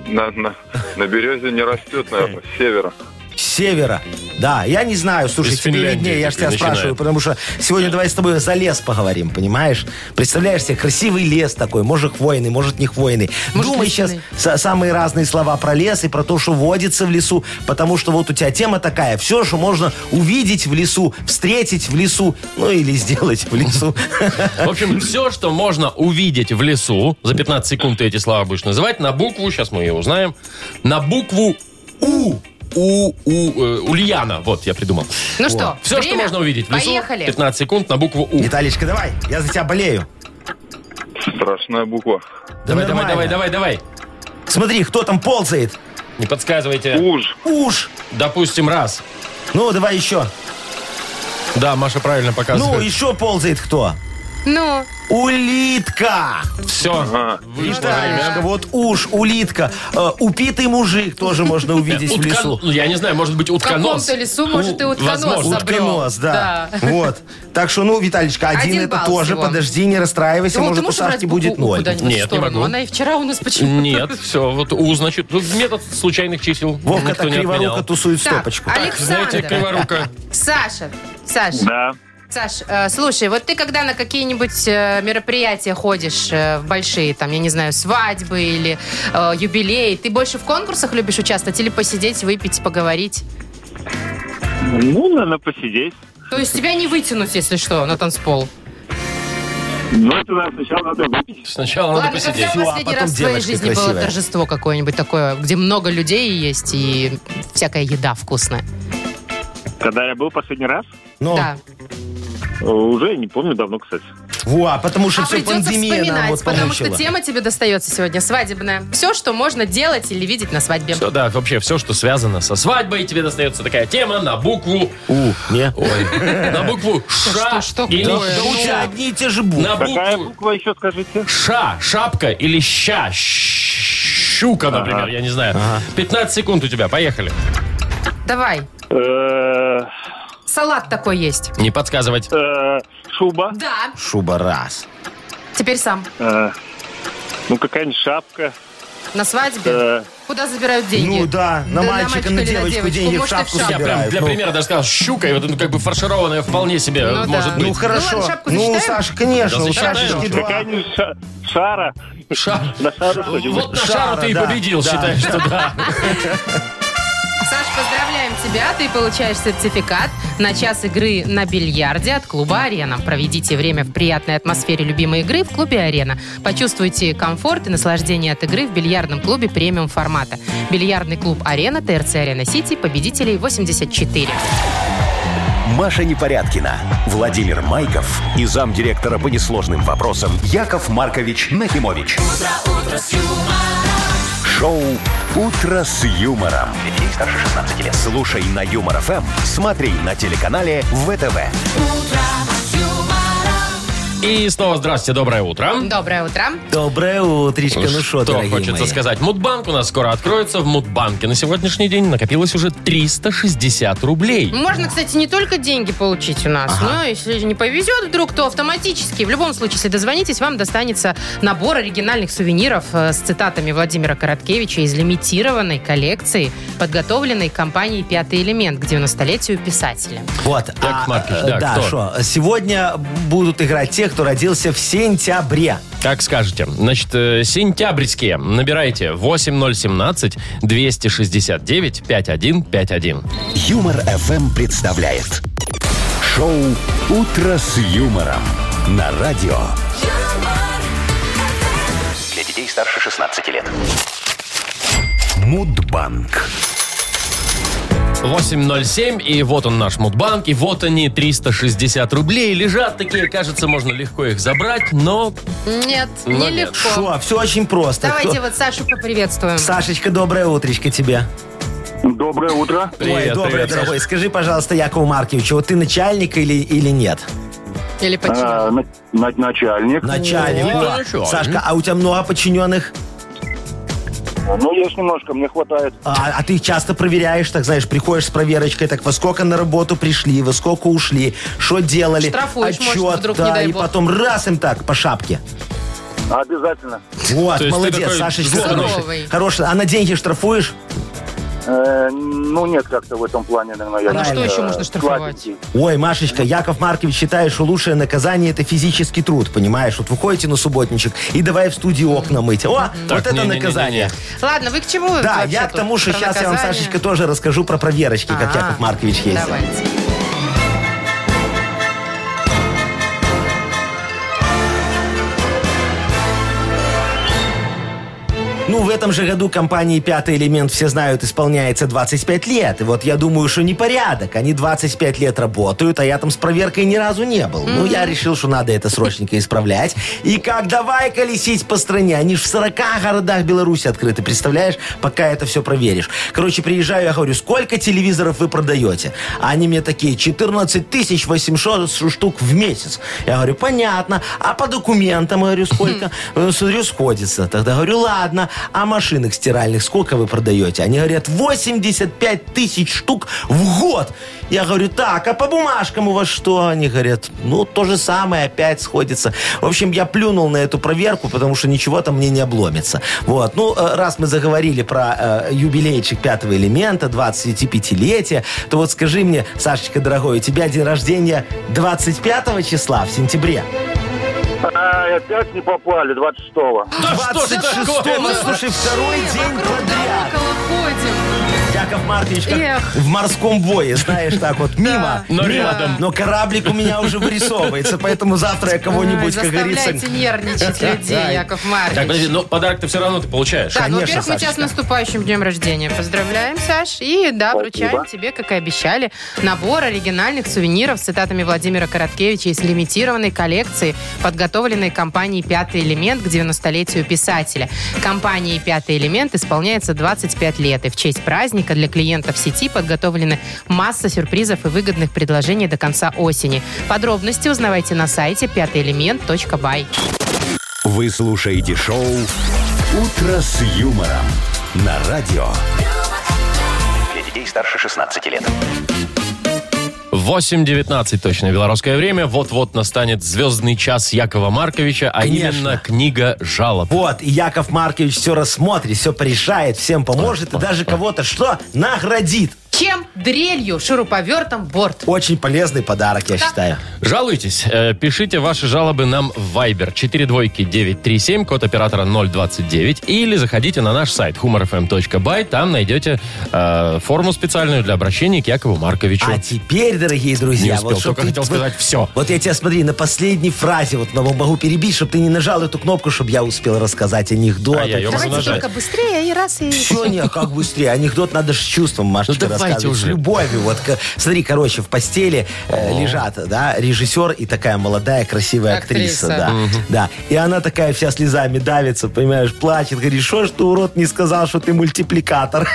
S7: на, на- на березе не растет, наверное, с севера.
S1: С севера. Да, я не знаю, слушай,
S2: Из
S1: тебе
S2: Финляндии
S1: виднее, я же тебя
S2: начинает.
S1: спрашиваю, потому что сегодня давай с тобой за лес поговорим, понимаешь? Представляешь себе, красивый лес такой, может хвойный, может не хвойный.
S3: Может,
S1: Думай сейчас
S3: лесный.
S1: самые разные слова про лес и про то, что водится в лесу, потому что вот у тебя тема такая, все, что можно увидеть в лесу, встретить в лесу, ну или сделать
S2: (laughs)
S1: в лесу.
S2: В общем, все, что можно увидеть в лесу, за 15 секунд ты эти слова будешь называть, на букву, сейчас мы ее узнаем, на букву У. У, у э, Ульяна. Вот, я придумал.
S3: Ну что,
S2: Все, что
S3: время?
S2: можно увидеть в лесу,
S3: Поехали.
S2: 15 секунд на букву У.
S1: Виталичка, давай, я за тебя болею.
S7: Страшная буква.
S2: Давай, давай,
S1: Нормально.
S2: давай, давай, давай.
S1: Смотри, кто там ползает.
S2: Не подсказывайте.
S7: Уж.
S1: Уж.
S2: Допустим, раз.
S1: Ну, давай еще.
S2: Да, Маша правильно
S1: Ну,
S2: показывает.
S1: еще ползает кто?
S3: Ну,
S1: Улитка.
S2: все.
S7: Ага.
S1: Ну
S2: Вышло
S3: да.
S2: время.
S1: Машка, Вот уж, улитка, э, упитый мужик тоже можно увидеть в
S2: Утка-
S1: лесу.
S2: ну, Я не знаю, может быть,
S3: в
S2: утконос.
S3: каком-то лесу, может, и утконос
S2: возможно.
S3: забрел.
S1: Утконос, да. Вот. Так что, ну, Виталичка, один,
S3: Один
S1: это
S3: балл
S1: тоже.
S3: всего.
S1: Подожди, не расстраивайся.
S3: Ну,
S1: может, у
S3: можешь брать
S1: Сашки будет
S3: букву «У»
S1: ноль.
S3: куда-нибудь в
S2: Нет, не
S3: сторону?
S2: могу.
S3: Она и вчера у нас почему-то.
S2: Нет, все, вот У, значит, ну, метод случайных чисел.
S1: Вовка
S2: никто
S1: так
S2: не
S1: криворуко
S2: отменял.
S1: тусует
S3: Так,
S1: стопочку.
S2: Знаете,
S3: Александр,
S2: криворука.
S3: Саша, Саша,
S7: Да.
S3: Саш, э, слушай, вот ты когда на какие-нибудь э, мероприятия ходишь э, в большие, там, я не знаю, свадьбы или э, юбилеи, ты больше в конкурсах любишь участвовать или посидеть, выпить, поговорить?
S7: Ну, надо посидеть.
S3: То есть тебя не вытянуть, если что, на танцпол.
S7: Но это надо сначала надо выпить.
S2: Сначала надо
S3: Ладно,
S2: посидеть.
S3: когда
S1: Всё, а
S3: последний
S1: потом
S3: раз в твоей
S1: девочка
S3: жизни было
S1: красивая.
S3: торжество какое-нибудь такое, где много людей есть и всякая еда вкусная?
S7: Когда я был последний раз,
S1: Ну,
S3: Да.
S7: уже не помню давно, кстати.
S1: во, потому что
S3: А
S1: все
S3: придется
S1: пандемия нам
S3: вспоминать,
S1: вот
S3: потому что
S1: помучила.
S3: тема тебе достается сегодня свадебная. Все, что можно делать или видеть на свадьбе.
S2: Все, да, вообще все, что связано со свадьбой, тебе достается такая тема на букву...
S1: У, не?
S2: Ой, на букву Ша
S3: что ж такое?
S2: или
S1: Да
S2: «Щ».
S1: у тебя одни и те же буквы.
S2: На
S7: Какая
S2: букву
S7: буква еще, скажите?
S2: Ша, шапка или Ща, щука, например, я не знаю. 15 секунд у тебя, поехали.
S3: Давай.
S7: Э,
S3: Салат такой есть.
S2: Не подсказывать.
S7: э, Шуба.
S3: Да.
S1: Шуба раз.
S3: Теперь сам.
S7: Э, Ну, какая-нибудь шапка.
S3: На свадьбе.
S7: Э,
S3: куда забирают деньги?
S1: Ну да, на мальчика, на
S3: или
S1: девочку деньги в
S3: Может, и
S1: шапку
S2: Я прям
S1: собирают.
S2: для
S1: Ну.
S2: примера даже сказал, щука, и вот ну, как бы фаршированная вполне себе
S3: Ну да.
S2: может
S1: Ну
S2: быть.
S1: хорошо.
S3: ладно, шапку
S1: Ну,
S3: зачитаем?
S1: Саша, конечно,
S2: Да
S1: у
S2: зачитаем.
S1: Сашечки
S2: Да,
S1: два.
S6: ша- шара.
S2: Ша-
S6: На шару
S7: Ну,
S6: что-нибудь.
S2: Вот на
S1: Шара,
S2: шару ты и
S1: да,
S2: победил,
S1: да.
S2: считай, что да.
S3: Саш, поздравляем тебя. Ты получаешь сертификат на час игры на бильярде от клуба «Арена». Проведите время в приятной атмосфере любимой игры в клубе «Арена». Почувствуйте комфорт и наслаждение от игры в бильярдном клубе премиум формата. Бильярдный клуб «Арена», ТРЦ «Арена Сити», победителей 84.
S4: Маша Непорядкина, Владимир Майков и замдиректора по несложным вопросам Яков Маркович Нахимович. Шоу Утро с юмором. Детей старше 16 лет. Слушай на юмор ФМ, смотри на телеканале ВТВ.
S2: И снова здравствуйте, доброе утро.
S3: Доброе утро.
S1: Доброе утречко. Ну что,
S2: Что
S1: дорогие
S2: хочется
S1: мои.
S2: сказать? Мудбанк у нас скоро откроется. В Мудбанке на сегодняшний день накопилось уже 360 рублей.
S3: Можно, кстати, не только деньги получить у нас, но если не повезет вдруг, то автоматически, в любом случае, если дозвонитесь, вам достанется набор оригинальных сувениров э, с цитатами Владимира Короткевича из лимитированной коллекции, подготовленной компанией «Пятый элемент» к 90-летию писателя.
S1: Вот.
S2: Так, Маркич, да,
S1: э,
S2: кто?
S1: шо, сегодня будут играть те, кто родился в сентябре.
S2: Как скажете. Значит, э, сентябрьские. Набирайте 8017-269-5151.
S4: Юмор ФМ представляет. Шоу Утро с юмором на радио.
S5: Для детей старше 16 лет.
S4: Мудбанк.
S2: 807, и вот он наш Мудбанк, и вот они, 360 рублей. Лежат такие, кажется, можно легко их забрать, но...
S3: Нет,
S2: Ну,
S3: нелегко.
S1: Шо, все очень просто.
S3: Давайте
S1: Кто-
S3: вот Сашу поприветствуем.
S1: Сашечка, доброе утречко тебе.
S6: Доброе утро.
S1: Ой,
S2: Привет,
S1: доброе,
S2: привет,
S1: дорогой. Скажи, пожалуйста, Якову Марковичу, вот ты начальник или, или нет?
S3: Или почему?
S6: А, на- на-
S2: Ну,
S6: начальник.
S1: Начальник.
S2: О,
S1: да.
S2: начальник.
S1: Сашка, а у тебя много подчиненных?
S6: Ну, есть немножко, мне хватает.
S1: А, а ты их часто проверяешь, так знаешь, приходишь с проверочкой, так во сколько на работу пришли, во сколько ушли, что делали,
S3: Штрафуешь, может,
S1: отчет,
S3: вдруг, не
S1: да,
S3: дай
S1: и
S3: бог.
S1: потом раз им так по шапке.
S6: Обязательно.
S1: Вот,
S2: То есть ты
S1: молодец,
S2: такой
S1: Сашечка,
S2: здоровый.
S1: хороший. Хороший. А на деньги штрафуешь?
S6: Э, ну, нет как-то в этом плане, наверное. я
S3: Ну, что
S6: не-
S3: еще можно штрафовать?
S6: сладенький.
S1: Ой, Машечка, Яков Маркович считает, что лучшее наказание это физический труд, понимаешь? Вот выходите на субботничек и давай в студии окна мыть. О, вот
S2: Так,
S1: это
S2: не-не-не-не-не.
S1: наказание.
S3: Ладно, вы к чему?
S1: Да,
S3: вообще
S1: я к
S3: тут?
S1: тому, что
S3: Про
S1: сейчас я вам,
S3: наказание?
S1: Сашечка, тоже расскажу про проверочки, как
S3: А,
S1: Яков Маркович ездил.
S3: Давайте.
S1: Ну, в этом же году компании «Пятый элемент», все знают, исполняется 25 лет. И вот я думаю, что непорядок. Они 25 лет работают, а я там с проверкой ни разу не был. Ну, я решил, что надо это срочненько исправлять. И как давай колесить по стране. Они ж в 40 городах Беларуси открыты, представляешь? Пока это все проверишь. Короче, приезжаю, я говорю, сколько телевизоров вы продаете? А Они мне такие, 14 тысяч 800 штук в месяц. Я говорю, понятно. А по документам, говорю, сколько? Э, Смотрю, сходится. Тогда говорю, ладно. А машинок стиральных сколько вы продаете? Они говорят, 85 тысяч штук в год. Я говорю, так, а по бумажкам у вас что? Они говорят, ну, то же самое, опять сходится. В общем, я плюнул на эту проверку, потому что ничего там мне не обломится. Вот. Ну, э, раз мы заговорили про э, юбилейчик пятого элемента, 25-летия, то вот скажи мне, Сашечка, дорогой, у тебя день рождения 25 числа в сентябре.
S6: А, и опять не попали, 26-го.
S2: Да что ж
S1: 26-го,
S2: такое?
S1: слушай, второй
S3: Вообще
S1: день
S3: вокруг да
S1: подряд.
S3: около ходим.
S1: Яков Маркович, как
S3: Эх.
S1: в морском бое, знаешь, так вот, мимо,
S2: Но
S1: мимо.
S2: рядом.
S1: Но кораблик у меня уже вырисовывается, поэтому завтра я кого-нибудь,
S3: Ой,
S1: как говорится...
S3: Заставляйте нервничать людей,
S1: Ай.
S3: Яков Маркович.
S2: Так, подожди, но подарок-то все равно ты получаешь.
S3: да, ну,
S1: конечно,
S3: во-первых, мы тебя с
S1: Сашечка.
S3: наступающим днем рождения. Поздравляем, Саш. И, да, вручаем тебе, как и обещали, набор оригинальных сувениров с цитатами Владимира Короткевича из лимитированной коллекции, подготовленной компанией «Пятый элемент» к 90-летию писателя. Компании «Пятый элемент» исполняется 25 лет, и в честь праздника для клиентов сети подготовлены масса сюрпризов и выгодных предложений до конца осени. Подробности узнавайте на сайте пятыйлемент.бай.
S4: Вы слушаете шоу Утро с юмором на радио.
S5: Для детей старше 16 лет.
S2: 8.19 точное белорусское время. Вот-вот настанет звездный час Якова Марковича, а
S1: Конечно.
S2: именно книга жалоб.
S1: Вот, и Яков Маркович все рассмотрит, все порешает, всем поможет и даже кого-то что? Наградит.
S3: Чем? Дрелью, шуруповертом, борт.
S1: Очень полезный подарок, я считаю.
S2: Жалуйтесь, э, пишите ваши жалобы нам в Viber 42937, код оператора 029, или заходите на наш сайт humorfm.by, там найдете э, форму специальную для обращения к Якову Марковичу.
S1: А теперь, дорогие
S2: Не
S1: друзья,
S2: успел,
S1: чтоб
S2: только хотел
S1: вот-
S2: сказать «всё».
S1: Вот я тебя смотри, на последней фразе вот но могу перебить, чтобы ты не нажал эту кнопку, чтобы я успел рассказать анекдот.
S2: А я её
S3: Давайте
S2: умножать.
S3: только быстрее и раз и...
S1: Все, не, а как быстрее. Анекдот надо с чувством, Машечка,
S2: Ну, давайте
S1: рассказывать. С
S2: уже.
S1: любовью. Вот, к- смотри, короче, в постели э, лежат, да, режиссер и такая молодая, красивая актриса,
S3: Актриса.
S1: да. Да. И она такая вся слезами давится, понимаешь, плачет, говорит, что ж ты, урод, не сказал, что ты мультипликатор.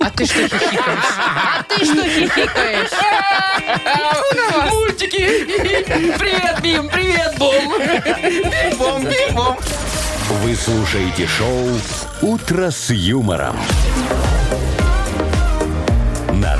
S3: А ты что хихикаешь? А ты что хихикаешь?
S1: ну
S2: Привет, Бим! Привет, Бом!
S4: Вы слушаете шоу «Утро с юмором». На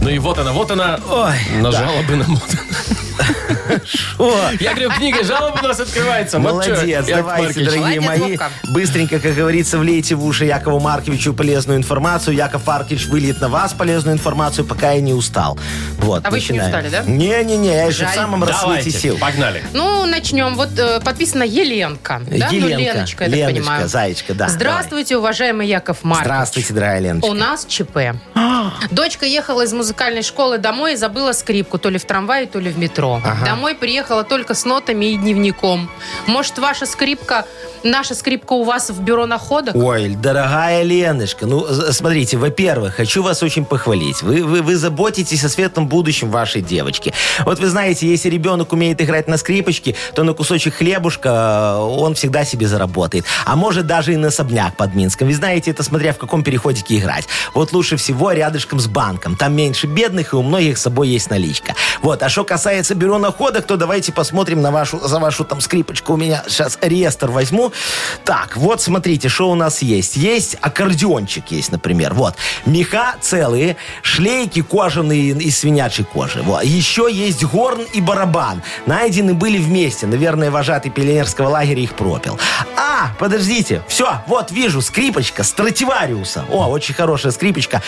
S2: Ну и вот она, вот она,
S1: (laughs)
S2: на жалобы нам. вот
S1: О,
S2: Я говорю, книга жалоб у нас открывается. Вот чё, Яков
S1: Молодец, давайте,
S2: Маркович.
S1: дорогие
S3: Молодец,
S1: мои.
S3: Вовка.
S1: Быстренько, как говорится, влейте в уши Якову Марковичу полезную информацию. Яков Маркович выльет на вас полезную информацию, пока я не устал. Вот,
S3: А вы еще не
S1: начинаем.
S3: устали, да?
S1: Не-не-не, я еще в
S3: Жаль.
S1: самом рассвете
S2: Давайте,
S1: сил.
S2: погнали.
S3: Ну, начнем. Вот э, подписана Еленка. Да? ну,
S1: Еленка,
S3: Леночка, я так
S1: Леночка,
S3: понимаю.
S1: зайчка, да,
S3: Здравствуйте, уважаемый Яков Маркович.
S1: Здравствуйте, А! дорогая Леночка.
S3: У нас ЧП. Дочка ехала из музыкальной школы домой и забыла скрипку то ли в трамвае, то ли в метро. Домой приехала только с нотами и дневником. Может, ваша скрипка, наша скрипка у вас в бюро находок?
S1: Ой, дорогая Леночка, ну, з- смотрите, во-первых, хочу вас очень похвалить. Вы, вы, вы заботитесь о светлом будущем вашей девочки. Вот вы знаете, если ребенок умеет играть на скрипочке, то на кусочек хлебушка э, он всегда себе заработает. А может даже и на особняк под Минском. Вы знаете, это смотря в каком переходике играть. Вот лучше всего рядышком с банком. Там меньше бедных, и у многих с собой есть наличка. Вот, а что касается бюро находок, то давайте посмотрим на вашу, за вашу там скрипочку. У меня сейчас реестр возьму. Так, вот смотрите, что у нас есть. Есть аккордеончик есть, например. Вот. Меха целые, шлейки кожаные из свинячьей кожи. Вот. Еще есть горн и барабан. Найдены были вместе. Наверное, вожатый пионерского лагеря их пропил. А, подождите. Все, вот вижу, скрипочка Стративариуса. О, очень хорошая скрипочка.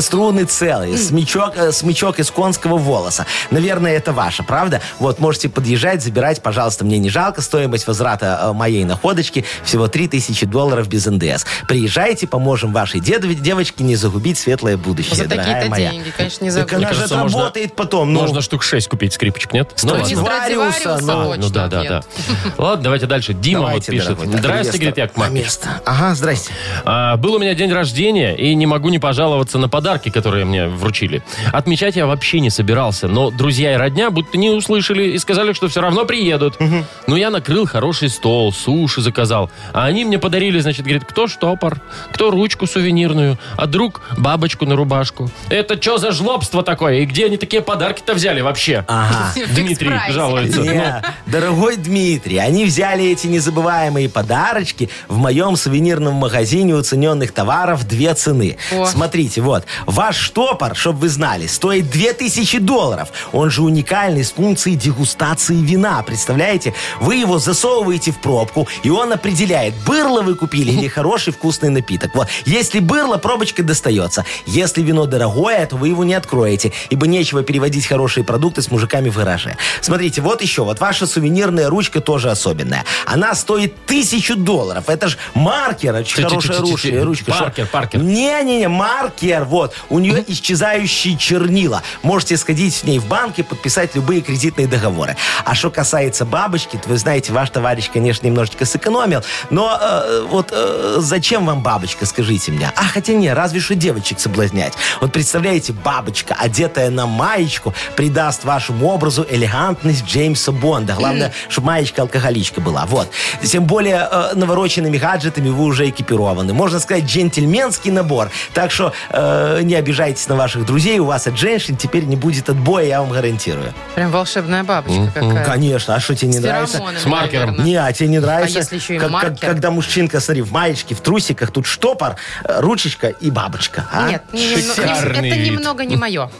S1: Струны целые. Смычок, э, смычок из конского волоса. Наверное, это ваша, правда? Вот, можете подъезжать, забирать, пожалуйста, мне не жалко. Стоимость возврата э, моей находочки всего 3000 долларов без НДС. Приезжайте, поможем вашей дедов- девочке не загубить светлое будущее,
S3: За
S1: дорогая
S3: такие-то
S1: моя.
S3: деньги, конечно, не
S1: Так
S3: забудешь.
S1: она же
S2: кажется, можно-
S1: отработает потом. ну.
S2: Можно штук 6 купить скрипочек, нет? Ну
S1: Что,
S2: ладно.
S1: не
S3: Из Страдивариуса
S1: Вариуса, ну,
S2: А, Ну
S3: точно
S2: да, да,
S3: нет.
S2: да. Ладно, давайте дальше. Дима вот
S1: Давайте,
S2: пишет.
S1: дорогой, так,
S2: Здрасте,
S1: место.
S2: говорит Яков
S1: На
S2: Маркович.
S1: место. Ага, здрасте.
S2: А, был у меня день рождения, и не могу не пожаловаться на подарки, которые мне вручили. Отмечать я вообще не собирался, но друзья и родня будто не услышали и сказали, что все равно приедут. Но я накрыл хороший стол, суши заказал. А они мне подарили, значит, говорит, кто штопор, кто ручку сувенирную, а друг бабочку на рубашку. Это что за жлобство такое? И где они такие подарки-то взяли вообще?
S1: Ага.
S2: Дмитрий
S3: Фикс-прайс.
S2: жалуется.
S1: Не,
S2: Ну,
S1: дорогой Дмитрий, они взяли эти незабываемые подарочки в моем сувенирном магазине уцененных товаров две цены.
S3: О.
S1: Смотрите, вот, ваш штопор, чтобы вы знали, стоит 2000 долларов. Он же уникальный с функцией дегустации вина, представляете? Вы его засовываете в пробку, и он определяет, бырло вы
S2: (laughs)
S1: купили или хороший вкусный напиток. Вот, если бырло, пробочка достается. Если вино дорогое, то вы его не откроете, ибо нечего переводить хорошие продукты с мужиками в гараже. Смотрите, вот еще, вот ваша сувенирная ручка тоже особенная. Она стоит тысячу долларов. Это ж маркер, очень
S2: Ти- ти-
S1: хорошая
S2: ти- ти- ти-
S1: ручка. ручка. Шо?
S2: Паркер, паркер.
S1: Не-не-не, маркер, вот. У нее исчезающие чернила. Можете сходить с ней в банк и подписать любые кредитные договоры. А что касается бабочки, то вы знаете, ваш товарищ, конечно, немножечко сэкономил, но э, вот э, зачем вам бабочка, скажите мне? А хотя не, разве что девочек соблазнять. Вот представляете, бабочка, одетая на маечку, придаст вашему образу элегантность Джеймса Бонда. Главное, чтобы маечка алкоголичка была. Вот. Тем более, э, э, навороченными гаджетами вы уже экипированы. Можно сказать, джентльменский набор. Так что э, не обижайтесь на ваших друзей, у вас от женщин теперь не будет отбоя, я вам гарантирую.
S3: Прям волшебная бабочка какая.
S1: Конечно, а что тебе не
S3: С
S1: нравится?
S3: феромонами,
S2: С маркером.
S3: наверное.
S1: Не, а тебе не нравится,
S3: Э, А если еще и
S1: как- как-
S3: маркер?
S1: когда мужчинка, смотри, в маечке, в трусиках, тут штопор, э, ручечка и бабочка. а?
S3: Нет, не- не-
S2: Шикарный
S3: это
S2: вид.
S3: немного
S2: (laughs)
S3: не мое.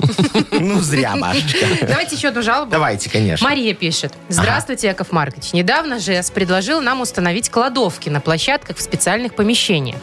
S1: Ну,
S3: (laughs)
S1: зря, Машечка.
S3: Давайте еще одну жалобу.
S1: Давайте, конечно.
S3: Мария пишет. Здравствуйте, Яков Маркович. Недавно ЖЭС предложил нам установить кладовки на площадках в специальных помещениях.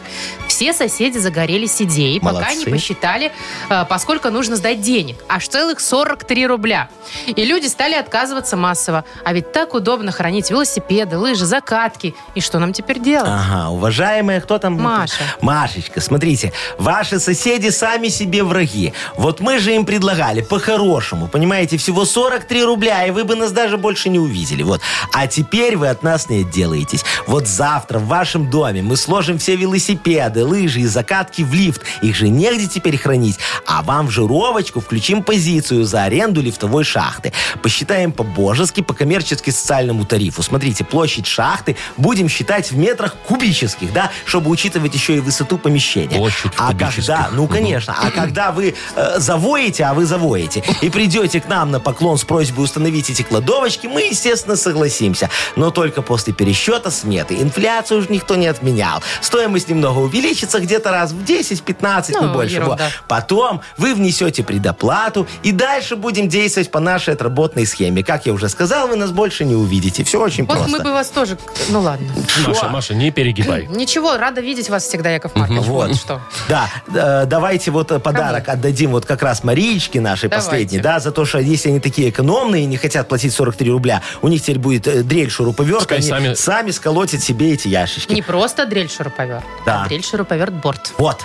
S3: Все соседи загорелись идеей, пока
S1: Молодцы.
S3: не посчитали, э, поскольку нужно сдать денег. Аж целых 43 рубля. И люди стали отказываться массово. А ведь так удобно хранить велосипеды, лыжи, закатки. И что нам теперь делать?
S1: Ага, уважаемая, кто там?
S3: Маша.
S1: Машечка, смотрите, ваши соседи сами себе враги. Вот мы же им предлагали по-хорошему, понимаете, всего 43 рубля, и вы бы нас даже больше не увидели. Вот. А теперь вы от нас не отделаетесь. Вот завтра в вашем доме мы сложим все велосипеды, лыжи и закатки в лифт. Их же негде теперь хранить. А вам в жировочку включим позицию за аренду лифтовой шахты. Посчитаем по-божески, по коммерчески-социальному тарифу. Смотрите, площадь шахты будем считать в метрах кубических, да, чтобы учитывать еще и высоту помещения.
S2: Площадь в
S1: а
S2: кубических.
S1: когда, ну конечно, а когда вы э, завоете, а вы завоете, и придете к нам на поклон с просьбой установить эти кладовочки, мы, естественно, согласимся. Но только после пересчета сметы. Инфляцию уже никто не отменял. Стоимость немного увеличится где-то раз в 10-15,
S3: Ну,
S1: не больше. Во.
S3: ерунда.
S1: Потом вы внесете предоплату и дальше будем действовать по нашей отработной схеме. Как я уже сказал, вы нас больше не увидите. Все очень
S3: Вот
S1: просто.
S3: мы бы вас тоже... Ну ладно.
S2: Маша, Маша, не перегибай.
S3: Ничего, рада видеть вас всегда, Яков Маркович.
S1: Вот.
S3: Что?
S1: Да, э, давайте вот э, подарок отдадим вот как раз Мариечке нашей
S3: Давайте.
S1: последней, да, за то, что если они такие экономные и не хотят платить 43 рубля, у них теперь будет э, дрель шуруповерт,
S2: Пускай
S1: они
S2: сами-
S1: сами... сколотят себе эти яшечки.
S3: Не просто дрель-шуруповерт,
S1: Да.
S3: а дрель-шуруповерт-борт.
S1: Вот.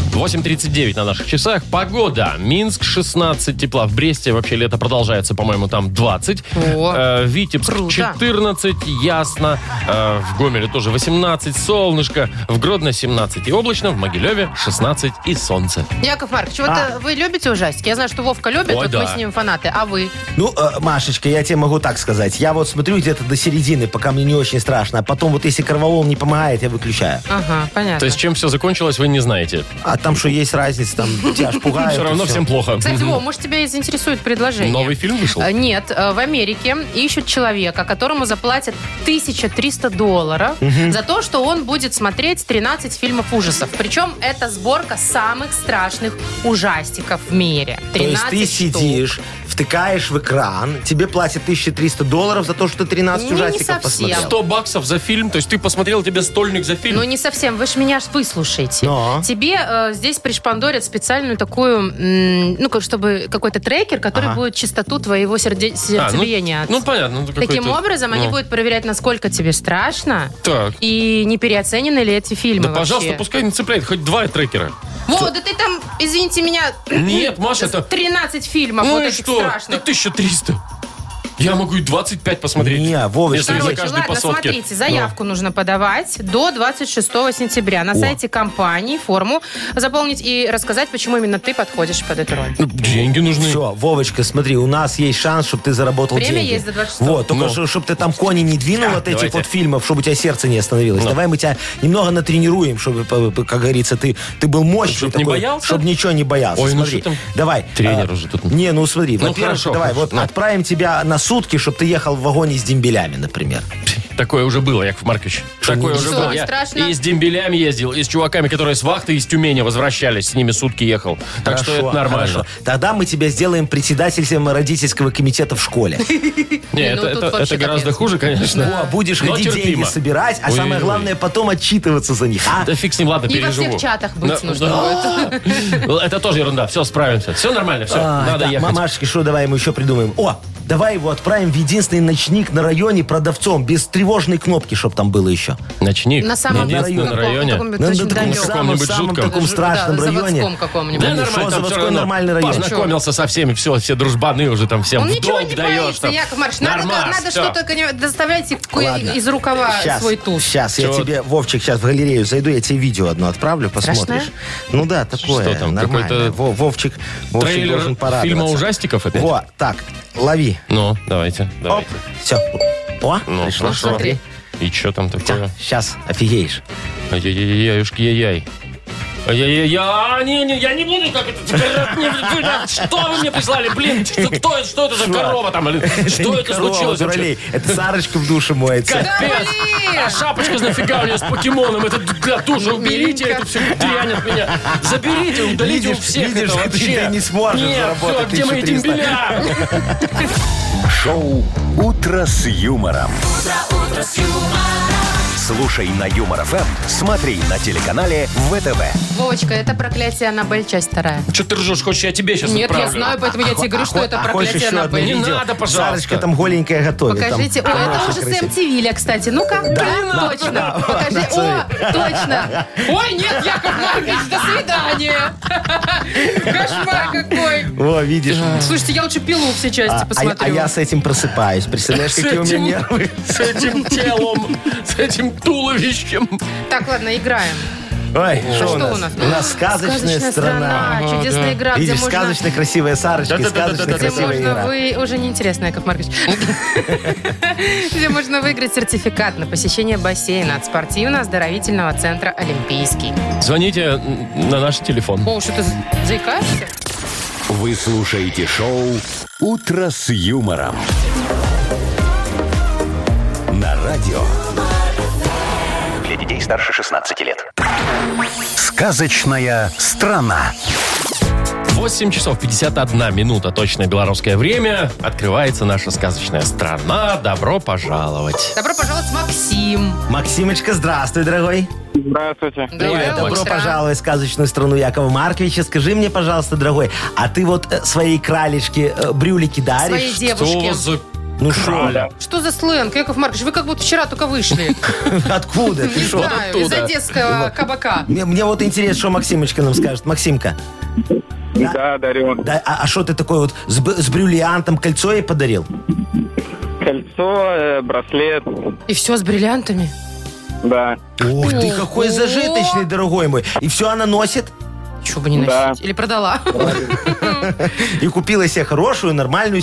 S2: 8.39 на наших часах. Погода. Минск 16 тепла. В Бресте вообще лето продолжается, по-моему, там 20.
S3: О,
S2: Э, Витебск
S3: круто.
S2: 14, ясно. Э, в Гомеле тоже 18, солнышко. В Гродно 17 и облачно. В Могилеве 16 и солнце.
S3: Яков Маркович, вот
S1: А.
S3: э, вы любите ужастики? Я знаю, что Вовка любит,
S2: Ой,
S3: вот мы
S2: да.
S3: с ним фанаты. А вы?
S1: Ну, э, Машечка, я тебе могу так сказать. Я вот смотрю где-то до середины, пока мне не очень страшно. А потом вот если корвалол не помогает, я выключаю.
S3: Ага, понятно.
S2: То есть чем все закончилось, вы не знаете.
S1: А там что есть разница, там тебя аж пугают.
S2: Все
S1: и
S2: равно
S1: всё.
S2: всем плохо.
S3: А, Кстати,
S2: Мгм.
S3: Вов, может, тебя и заинтересует предложение.
S2: Новый фильм вышел?
S3: Э, Нет, э, в Америке ищут человека, которому заплатят 1300 долларов за то, что он будет смотреть 13 фильмов ужасов. Причем это сборка самых страшных ужастиков в мире. 13
S1: То есть ты
S3: штук.
S1: сидишь, втыкаешь в экран, тебе платят 1300 долларов за то, что ты 13
S3: Ну, не
S1: ужастиков
S3: совсем.
S1: посмотрел.
S2: 100 баксов за фильм? То есть ты посмотрел, тебе стольник за фильм?
S3: Ну, не совсем. Вы же меня ж выслушаете.
S1: Но.
S3: Тебе э, здесь пришпандорят специальную такую, м, ну, как чтобы какой-то трекер, который
S1: Ага.
S3: будет частоту твоего серде-
S2: А, ну,
S3: сердцебиения. от-
S2: ну, понятно. ну,
S3: Таким
S2: какой-то-
S3: образом, они
S2: ну.
S3: будут проверять, насколько тебе страшно
S2: Так.
S3: и не переоценены ли эти фильмы
S2: Да, пожалуйста,
S3: вообще.
S2: пускай не цепляет хоть два трекера.
S3: Во, да ты там, извините меня...
S2: Нет, Маша, это- Ну
S3: 13 фильмов А вот
S2: и
S3: этих страшных.
S2: Так 1300. Я могу и 25 посмотреть.
S1: Не, Вовочка,
S2: Если за
S3: Короче,
S2: каждый
S3: ладно,
S2: по сотке.
S3: смотрите, заявку нужно подавать до 26 сентября на сайте компании, форму заполнить и рассказать, почему именно ты подходишь под эту роль.
S2: Ну, Деньги нужны.
S1: Все, Вовочка, смотри, у нас есть шанс, чтобы ты заработал
S3: Время
S1: деньги.
S3: есть до 26.
S1: Вот, только
S2: Ну.
S1: чтобы ты там кони не двинул
S2: Так,
S1: от этих
S2: давайте.
S1: вот фильмов, чтобы у тебя сердце не остановилось.
S2: Ну.
S1: Давай мы тебя немного натренируем, чтобы, по- по- как говорится, ты, ты был мощный.
S2: Чтоб не
S1: такой,
S2: боялся?
S1: Чтоб ничего не боялся.
S2: Ой, ну
S1: смотри,
S2: что там?
S1: давай.
S2: Тренер уже тут.
S1: Не, ну смотри,
S2: Ну,
S1: во-первых,
S2: хорошо,
S1: давай,
S2: хорошо,
S1: вот
S2: ну.
S1: отправим тебя на сутки, чтобы ты ехал в вагоне с дембелями, например.
S2: Такое уже было, Яков Маркович. Такое уже
S3: Что,
S2: было.
S3: не
S2: Я
S3: страшно?
S2: и с дембелями ездил, и с чуваками, которые с вахты из Тюмени возвращались. С ними сутки ехал. Так что это нормально.
S1: хорошо. Тогда мы тебя сделаем председателем родительского комитета
S2: (laughs)
S1: в школе.
S2: Не,
S3: Ну,
S2: это,
S3: тут
S2: это- это
S3: вообще
S2: гораздо
S3: капец.
S2: хуже, конечно.
S1: О, будешь
S2: Но
S1: ходить деньги
S2: терпимо.
S1: собирать, а самое
S2: Ой-ой-ой.
S1: главное потом отчитываться за них. А?
S2: Да фиг с ним, ладно,
S3: И во
S2: переживу.
S3: всех чатах быть
S2: Да,
S3: нужно
S2: да.
S3: (laughs)
S2: Это тоже ерунда. Все, справимся. Все нормально, все.
S1: А,
S2: Надо
S1: да,
S2: ехать.
S1: Мамашки, что давай мы еще придумаем? О, давай его отправим в единственный ночник на районе продавцом, без тревожной кнопки, чтобы там было Ну, еще.
S2: Начни.
S3: На самом
S2: Единственное,
S1: деле,
S2: на
S3: каком-
S2: районе.
S3: каком-
S1: На-
S3: очень
S1: на
S3: далеком.
S2: Каком-нибудь
S1: самом-самом
S2: жутком.
S1: таком страшном
S3: Да,
S1: районе.
S3: заводском какому-нибудь.
S2: Да
S1: Ну,
S2: нормально,
S1: шо,
S2: там
S1: заводской
S2: все равно
S1: нормальный район.
S2: Познакомился со всеми, все, все дружбаны уже там всем
S3: Он
S2: в
S3: ничего
S2: долг
S3: не
S2: даешь.
S3: боится,
S2: Там.
S3: Яков Маркович. Надо,
S2: Нормас,
S3: надо
S2: всё.
S3: что-то конечно, доставлять и-
S1: Ладно.
S3: из рукава свой туз.
S1: Сейчас, я
S2: Чего?
S1: тебе, Вовчик, сейчас в галерею зайду, я тебе видео одно отправлю, посмотришь.
S3: Страшное?
S1: Ну да, такое.
S2: Что там,
S1: нормально.
S2: какой-то
S1: Во- Вовчик, Вовчик должен
S2: Трейлер
S1: порадоваться.
S2: фильма ужастиков опять?
S1: Во, так, лови.
S2: Ну, давайте.
S1: Оп,
S2: давайте.
S1: все. О,
S2: Ну,
S1: пришло.
S2: хорошо.
S3: Смотри.
S2: И что там такое?
S1: Сейчас, офигеешь.
S2: Ай-яй-яй, уж яй-яй. Ай-яй-яй, не, не, я не буду, как это, теперь, не, вы, да, что вы мне прислали, блин, что, кто это, что это за корова там, или что (laughs) это
S1: Корова,
S2: случилось вообще?
S1: дуралей. Это Сарочка в душе моется.
S2: Капец, а шапочка нафига у нее с покемоном, это для души, уберите
S3: Миленько.
S2: эту всю дрянь от меня, заберите, удалите у
S1: Видишь,
S2: всех
S1: видишь,
S2: это
S1: ты-
S2: вообще.
S1: ты не сможешь
S2: Нет, все,
S1: заработать
S2: где мои
S1: 1300?
S2: дембеля?
S4: Шоу «Утро с юмором». Слушай на Юмор ФМ, смотри на телеканале ВТВ.
S3: Вовочка, это проклятие Аннабель, часть вторая.
S2: Что ты ржешь, хочешь, я тебе сейчас
S3: Нет,
S2: отправлю?
S3: я знаю, поэтому я тебе говорю, что это
S1: А хочешь
S3: проклятие
S1: еще одно
S2: Не
S3: Аннабель.
S1: видео?
S2: надо, пожалуйста.
S1: Сарочка там голенькая готовит. там
S3: Покажите. О, это
S1: очень
S3: уже с
S1: красиво.
S3: MTV, кстати. Ну-ка. Да, точно. Покажи. О, точно. Ой, нет, Яков Маркович, до свидания. Кошмар какой.
S1: О, видишь.
S3: Слушайте, я лучше пилу все
S1: А,
S3: части
S1: а- а
S3: посмотрю.
S1: я с этим просыпаюсь. Представляешь, какие у меня нервы?
S2: с этим телом, с этим туловищем.
S3: Так, ладно, играем.
S1: Ой, что у
S3: что у
S1: нас?
S3: нас?
S1: У нас сказочная страна.
S2: Ага, да.
S3: Чудесная игра, где
S1: Видишь,
S3: можно...
S1: сказочная красивая Сарочка, и
S2: Да-да-да-да-да-да.
S1: сказочная
S3: Где
S1: красивая
S3: можно
S1: игра.
S3: вы... Уже неинтересно, Яков Маркович. (laughs) Где можно выиграть сертификат на посещение бассейна от спортивно-оздоровительного центра «Олимпийский».
S2: Звоните м, на наш телефон.
S3: О, что ты за- заикаешься?
S4: Вы слушаете шоу «Утро с юмором». На радио
S5: Для детей старше 16 лет.
S4: «Сказочная страна».
S2: 8 часов 51 минута, точное белорусское время. Открывается наша сказочная страна. Добро пожаловать.
S3: Добро пожаловать, Максим.
S1: Максимочка, здравствуй, дорогой.
S7: Здравствуйте.
S3: Доброе
S2: Макс.
S1: Добро
S3: утро.
S1: пожаловать в сказочную страну Якова Марковича. Скажи мне, пожалуйста, дорогой, а ты вот э, своей кралечке э, брюлики
S3: Своей
S1: даришь?
S3: девушке.
S2: за
S1: Ну что?
S3: Что за сленг, Яков Маркович? Вы как будто вчера только вышли.
S1: (laughs) Откуда? Ты
S3: Не
S1: шо?
S3: знаю, из
S2: оттуда.
S3: одесского кабака.
S1: Мне, мне вот интересно, что Максимочка нам скажет. Максимка,
S7: Да, дарю.
S1: да, а что ты такой вот с, б- с бриллиантом кольцо ей подарил?
S7: Кольцо, э, браслет.
S3: И все с бриллиантами.
S7: Да.
S1: Ух ты,
S3: Ого.
S1: какой зажиточный, дорогой мой. И все она носит?
S3: Чего бы не
S7: Да.
S3: носить. Или продала.
S1: И купила себе хорошую, нормальную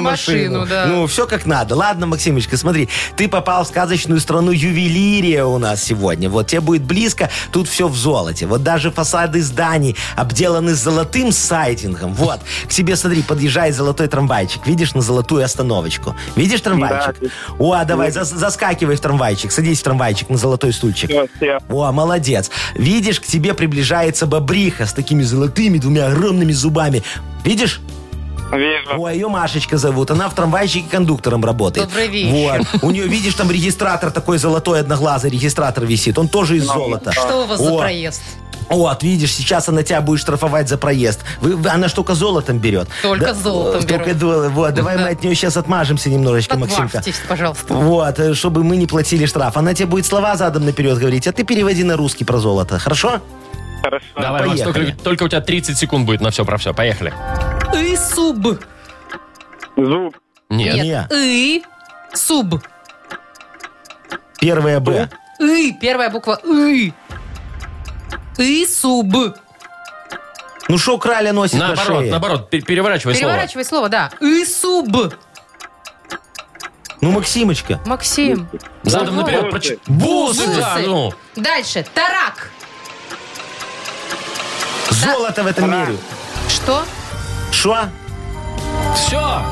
S3: Стиральную машину,
S1: машину.
S3: да.
S1: Ну, все как надо. Ладно, Максимочка, смотри, ты попал в сказочную страну ювелирия у нас сегодня. Вот тебе будет близко, тут все в золоте. Вот даже фасады зданий обделаны золотым сайдингом. Вот, к тебе, смотри, подъезжает золотой трамвайчик. Видишь, на золотую остановочку. Видишь трамвайчик? О, давай, зас- заскакивай в трамвайчик. Садись в трамвайчик на золотой стульчик.
S7: Всё, всё.
S1: О, молодец. Видишь, к тебе приближается бобриха с такими золотыми двумя огромными зубами. Видишь?
S7: Вижу.
S1: Ой, ее Машечка зовут. Она в трамвайчике кондуктором работает.
S3: Добрый вечер.
S1: Вот. У нее, видишь, там регистратор такой золотой одноглазый регистратор висит. Он тоже из
S3: (laughs)
S1: золота.
S3: Что у вас за
S1: О.
S3: проезд?
S1: Вот, видишь, сейчас она тебя будет штрафовать за проезд. Вы- вы- она ж только золотом берет.
S3: Только золотом
S1: э, Только
S3: берет.
S1: золо- Вот, давай
S3: Да.
S1: мы от нее сейчас отмажемся немножечко, Максимка.
S3: Подварьтесь, пожалуйста.
S1: Вот, э, чтобы мы не платили штраф. Она тебе будет слова задом наперед говорить, а ты переводи на русский про золото, хорошо?
S7: Хорошо.
S2: Давай, Макс,
S1: поехали.
S2: только, только у тебя 30 секунд будет на все про все. Поехали.
S3: И суб.
S7: Зуб.
S2: Нет.
S1: Не.
S3: И суб.
S1: Первое Б.
S3: И. Первая буква И. И суб.
S1: Ну что краля носит на
S2: Наоборот,
S1: шее?
S2: наоборот, пер- переворачивай слово.
S3: Переворачивай слово, да. И суб.
S1: Ну, Максимочка.
S3: Максим.
S2: Задом
S3: Ого.
S2: наперед.
S7: Бусы.
S2: проч- Бусы, да,
S3: Бусы.
S2: ну.
S3: Дальше. Тарак.
S1: Золото в этом мире.
S3: Что?
S1: Что?
S2: Все.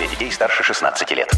S5: Для детей старше 16 лет.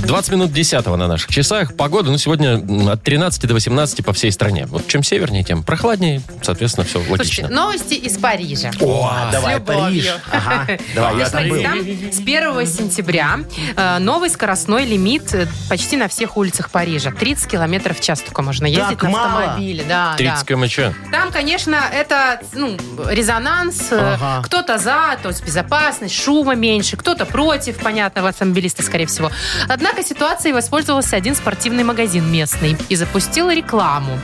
S2: 20 минут 10 на наших часах. Погода, ну, сегодня м, от 13 до 18 по всей стране. Вот чем севернее, тем прохладнее. Соответственно, все
S3: Слушайте, ну,
S2: логично.
S3: новости из Парижа.
S1: О, давай,
S3: любовью.
S1: Париж. Ага,
S3: (laughs)
S1: давай, я там
S3: Смотрите,
S1: был.
S3: там с 1 сентября э, новый скоростной лимит э, почти на всех улицах Парижа. 30 километров в час только можно ездить
S1: Так
S3: на
S1: мало.
S3: автомобиле. Да,
S2: 30
S3: да.
S2: кмч.
S3: Там, конечно, это ну, резонанс. э,
S1: Ага.
S3: Кто-то за, то есть безопасность, шума меньше, кто-то против, понятно, автомобилисты, скорее всего. Однако ситуацией воспользовался один спортивный магазин местный и запустил рекламу.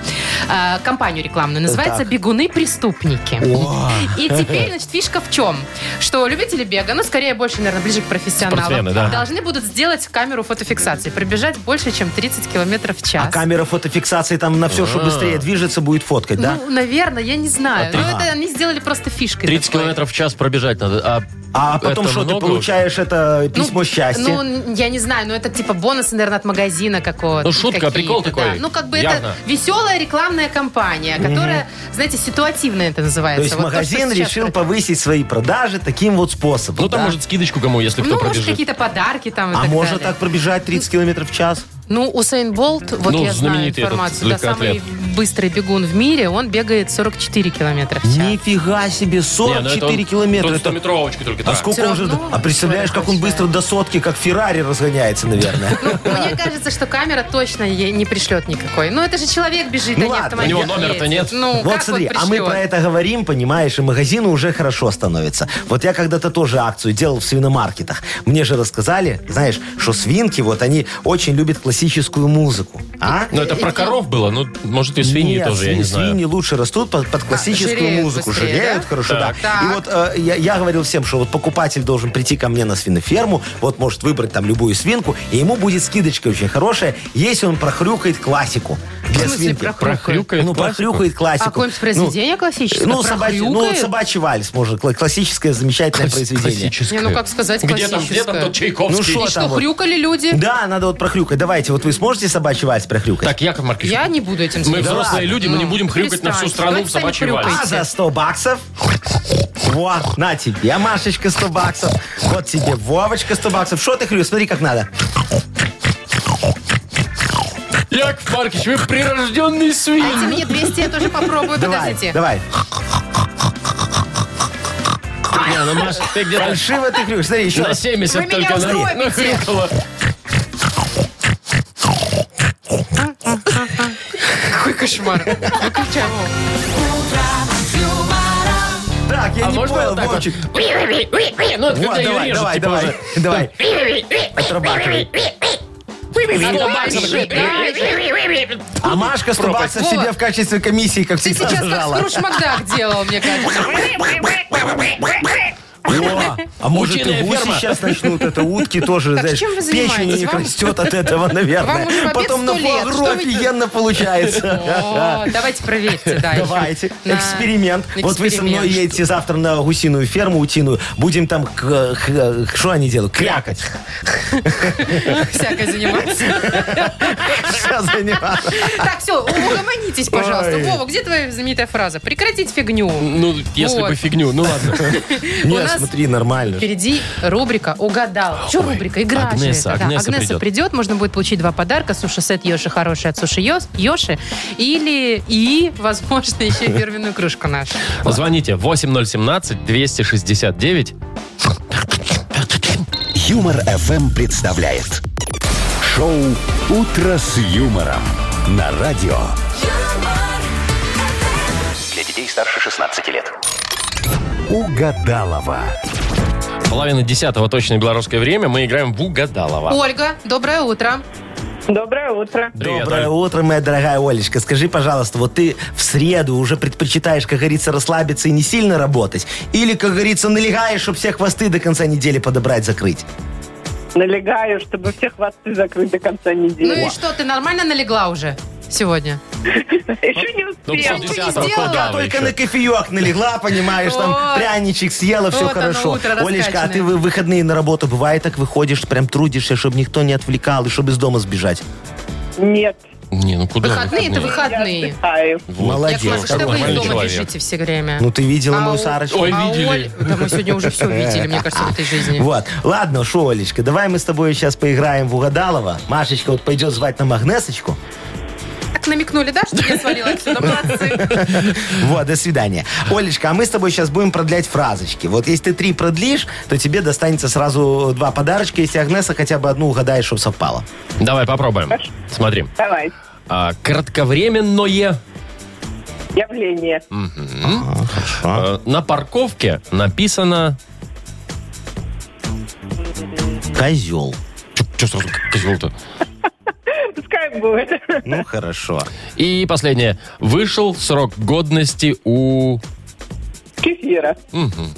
S3: э, Компанию рекламную. Называется
S1: Так.
S3: «Бегуны-преступники».
S1: О.
S3: И теперь, значит, фишка в чем? Что любители бега, ну, скорее, больше, наверное, ближе к профессионалам,
S2: Спортсмены, да.
S3: должны будут сделать камеру фотофиксации, пробежать больше, чем 30 километров в час.
S1: А камера фотофиксации там на все, что быстрее движется, будет фоткать, да?
S3: А. Ну, наверное, я не знаю. Ну,
S1: Ага.
S3: это они сделали просто фишкой.
S2: 30
S3: такой.
S2: километров в час пробежать надо. А,
S1: А потом
S2: это
S1: что, ты
S2: много
S1: получаешь это
S3: Ну,
S1: письмо счастье.
S3: Ну, н- я не знаю, но это типа бонусы, наверное, от магазина какого-то.
S2: Ну, шутка,
S3: какие-то,
S2: прикол
S3: да.
S2: такой.
S3: Ну, как бы
S2: Явно.
S3: это веселая рекламная кампания, которая, знаете, ситуативно это называется.
S1: то есть
S3: Вот то, что
S1: магазин
S3: сейчас
S1: решил
S3: происходит.
S1: повысить свои продажи таким вот способом.
S2: Ну, там,
S1: да?
S2: может, скидочку кому, если кто
S3: Ну, может,
S2: пробежит.
S3: какие-то подарки там и
S1: А
S3: так
S1: можно
S3: далее.
S1: так пробежать 30 километров в час?
S3: Ну, Усейн Болт, вот
S2: Ну,
S3: я знаю
S2: знаменитый этот
S3: информацию, да, самый
S2: легкоатлет.
S3: быстрый бегун в мире, он бегает 44 километра в час.
S1: Нифига себе,
S2: Не, ну это
S1: 44
S2: он-
S1: километра.
S2: тот
S1: Это-
S2: 100-метровочку только,
S1: А
S2: да.
S1: сколько
S3: Всё
S1: он же...
S3: равно
S1: А представляешь,
S3: человек
S1: как он быстро
S3: большая.
S1: до сотки, как Феррари
S3: (laughs)
S1: разгоняется, наверное.
S3: Мне кажется, что камера точно ей не пришлет никакой. Ну, это же человек бежит, а
S1: Ну,
S3: не
S1: ладно,
S3: автомобиль.
S2: у него номера-то
S3: едет.
S2: нет.
S3: Ну,
S1: Вот
S3: как
S1: смотри,
S3: он
S1: а мы
S3: пришлет?
S1: про это говорим, понимаешь, и магазину уже хорошо становится. Вот я когда-то тоже акцию делал в свиномаркетах. Мне же рассказали, знаешь, что свинки, вот они очень любят классическую музыку. А?
S2: Ну, это про коров было, ну, может, и свиньи
S1: Нет,
S2: тоже, я не
S1: сви-
S2: знаю.
S1: Свиньи лучше растут под, под классическую
S3: жиреют
S1: музыку.
S3: А, быстрее,
S1: Жиреют,
S3: да?
S1: хорошо,
S2: Так.
S1: да. И
S3: Так.
S1: вот э, я, я говорил всем, что вот покупатель должен прийти ко мне на свиноферму, вот может выбрать там любую свинку, и ему будет скидочка очень хорошая, если он прохрюкает классику
S3: В
S1: для
S3: смысле,
S1: свинки.
S3: прохрюкает?
S2: Прохрюкает
S1: Ну,
S2: классику?
S1: прохрюкает классику.
S3: А какое-нибудь произведение классическое?
S1: Ну, ну, собачий, ну,
S3: Прохрюкает?
S1: собачий вальс, может, кла- классическое замечательное
S2: Класс-
S1: произведение.
S2: классическое.
S3: Не, ну, как сказать,
S2: где там, где
S3: классическое?
S2: там тот Чайковский?
S1: Ну,
S3: И
S1: шо там
S3: что,
S1: вот?
S3: хрюкали люди?
S1: Да, надо вот прохрюкать. Давайте, вот вы сможете собачий вальс прохрюкать?
S2: Так, Яков Маркович,
S3: Я не буду этим
S2: мы
S3: заниматься.
S2: взрослые люди, мы не
S3: Ну,
S2: будем хрюкать на всю
S3: перестаньте.
S2: страну в
S3: Давайте сами
S2: собачий вальс.
S1: А за 100 баксов? Во, на тебе, Машечка, 100 баксов. Вот тебе, Вовочка, 100 баксов. Что ты хрю? Смотри, как надо.
S2: Яков Маркович, вы прирожденный свин.
S3: Дайте мне 200, я тоже попробую,
S1: Давай,
S3: подождите.
S1: давай.
S2: Не, ну, Маш, ты где-то
S1: Фальшиво ты хрюешь. Смотри, еще
S2: на
S1: раз.
S2: 70
S3: Вы меня
S2: только на-
S3: угробите.
S2: нахрюкала.
S3: Какой кошмар. Выключай.
S1: Так, я
S2: А
S1: не
S2: можно
S1: понял,
S2: вот так вот?
S1: Вовчик.
S2: Ну, это
S1: Вот,
S2: когда ее
S1: давай,
S2: режут,
S1: давай,
S2: типа,
S1: давай.
S2: уже.
S1: Давай. Отрабатывай.
S2: Сто баксов.
S1: А Машка 100 баксов
S3: Вова,
S1: себе в качестве комиссии, как
S3: Ты
S1: всегда,
S3: сейчас как
S1: сжала.
S3: Скруш Макдак делал, мне
S1: (laughs)
S3: кажется.
S1: О, а может и
S2: Утиная
S1: гуси
S2: ферма.
S1: сейчас начнут, это утки тоже, знаешь,
S3: А чем вы
S1: печень у
S3: занимаетесь?
S1: них
S3: Вам-
S1: растет от этого, наверное.
S3: Вам уже побед
S1: Потом на
S3: 100 лет.
S1: фуагру
S3: Что вы-
S1: офигенно получается.
S3: О, давайте проверьте, да. еще.
S1: Давайте.
S3: На-
S1: Эксперимент. Вот вы со мной
S3: эксперимент.
S1: едете завтра на гусиную ферму утиную. Будем там, к- к- к- что они делают?
S3: (laughs)
S1: Крякать.
S3: (laughs) Всякое заниматься.
S1: Сейчас заниматься.
S3: Так,
S1: (laughs)
S3: все, угомонитесь, пожалуйста.
S1: Ой.
S3: Вова, где твоя знаменитая фраза? Прекратить фигню.
S2: Ну, если
S3: Вот.
S2: бы фигню, ну ладно.
S3: У
S1: Не,
S3: нас
S1: смотри, нормально.
S3: Впереди рубрика «Угадал». Что рубрика? Игра же.
S2: Агнеса,
S3: Да,
S2: Агнеса придет.
S3: Можно будет получить два подарка. Суши-сет Йоши хороший от Суши Йос- Йоши. Или и, возможно, еще и первенную кружку нашу.
S2: Звоните 8017-269.
S4: Юмор FM представляет шоу Утро с юмором на радио.
S5: Для детей старше 16 лет.
S4: Угадалова.
S2: Половина десятого точное белорусское время. Мы играем в Угадалова.
S3: Ольга, доброе утро.
S8: Доброе утро.
S2: Привет,
S1: Доброе
S2: Оль.
S1: утро, моя дорогая Олечка. Скажи, пожалуйста, вот ты в среду уже предпочитаешь, как говорится, расслабиться и не сильно работать? Или, как говорится, налегаешь, чтобы все хвосты до конца недели подобрать, закрыть?
S8: Налегаю, чтобы все хвосты закрыть до конца
S3: Ну
S8: недели.
S3: и что, ты нормально налегла уже сегодня?
S8: Еще не
S2: Ну,
S8: успел.
S2: полдесятого, куда
S3: сделала.
S2: вы
S1: А Только
S2: еще?
S1: на
S3: (laughs)
S1: кофеек налегла, понимаешь, там
S3: А, Вот.
S1: пряничек съела, все
S3: Вот оно,
S1: хорошо.
S3: утро
S1: Олечка, а
S3: раскачанное.
S1: ты в выходные на работу бывает так выходишь, прям трудишься, чтобы никто не отвлекал и чтобы из дома сбежать?
S8: Нет,
S2: Не, ну куда
S3: Выходные это
S8: я
S3: выходные.
S8: отдыхаю.
S2: Вот.
S3: Я
S1: Молодец.
S3: что вы из
S2: нормальный
S3: дома
S2: человек.
S3: бежите все время?
S1: Ну ты видела
S3: А
S1: мою
S3: у-
S1: Сарочку?
S2: Ой,
S3: а
S2: видели.
S3: Оль- Да мы сегодня уже все видели, мне кажется, в этой жизни.
S1: Вот. Ладно, шо, Олечка, давай мы с тобой сейчас поиграем в угадалова. Машечка вот пойдет звать на Магнесочку.
S3: Так намекнули, да, что я свалила отсюда, молодцы.
S1: Вот, до свидания. Олечка, а мы с тобой сейчас будем продлять фразочки. Вот если ты три продлишь, то тебе достанется сразу э, два подарочка. Если Агнеса хотя бы одну угадаешь, чтобы совпало.
S2: Давай попробуем. Смотри.
S8: Давай.
S2: А, Кратковременное.
S8: Явление.
S2: э, На парковке написано...
S1: Козел.
S2: Что сразу козел-то?
S8: Пускай будет.
S1: Ну, хорошо.
S2: И последнее. Вышел срок годности у...
S8: Кефира.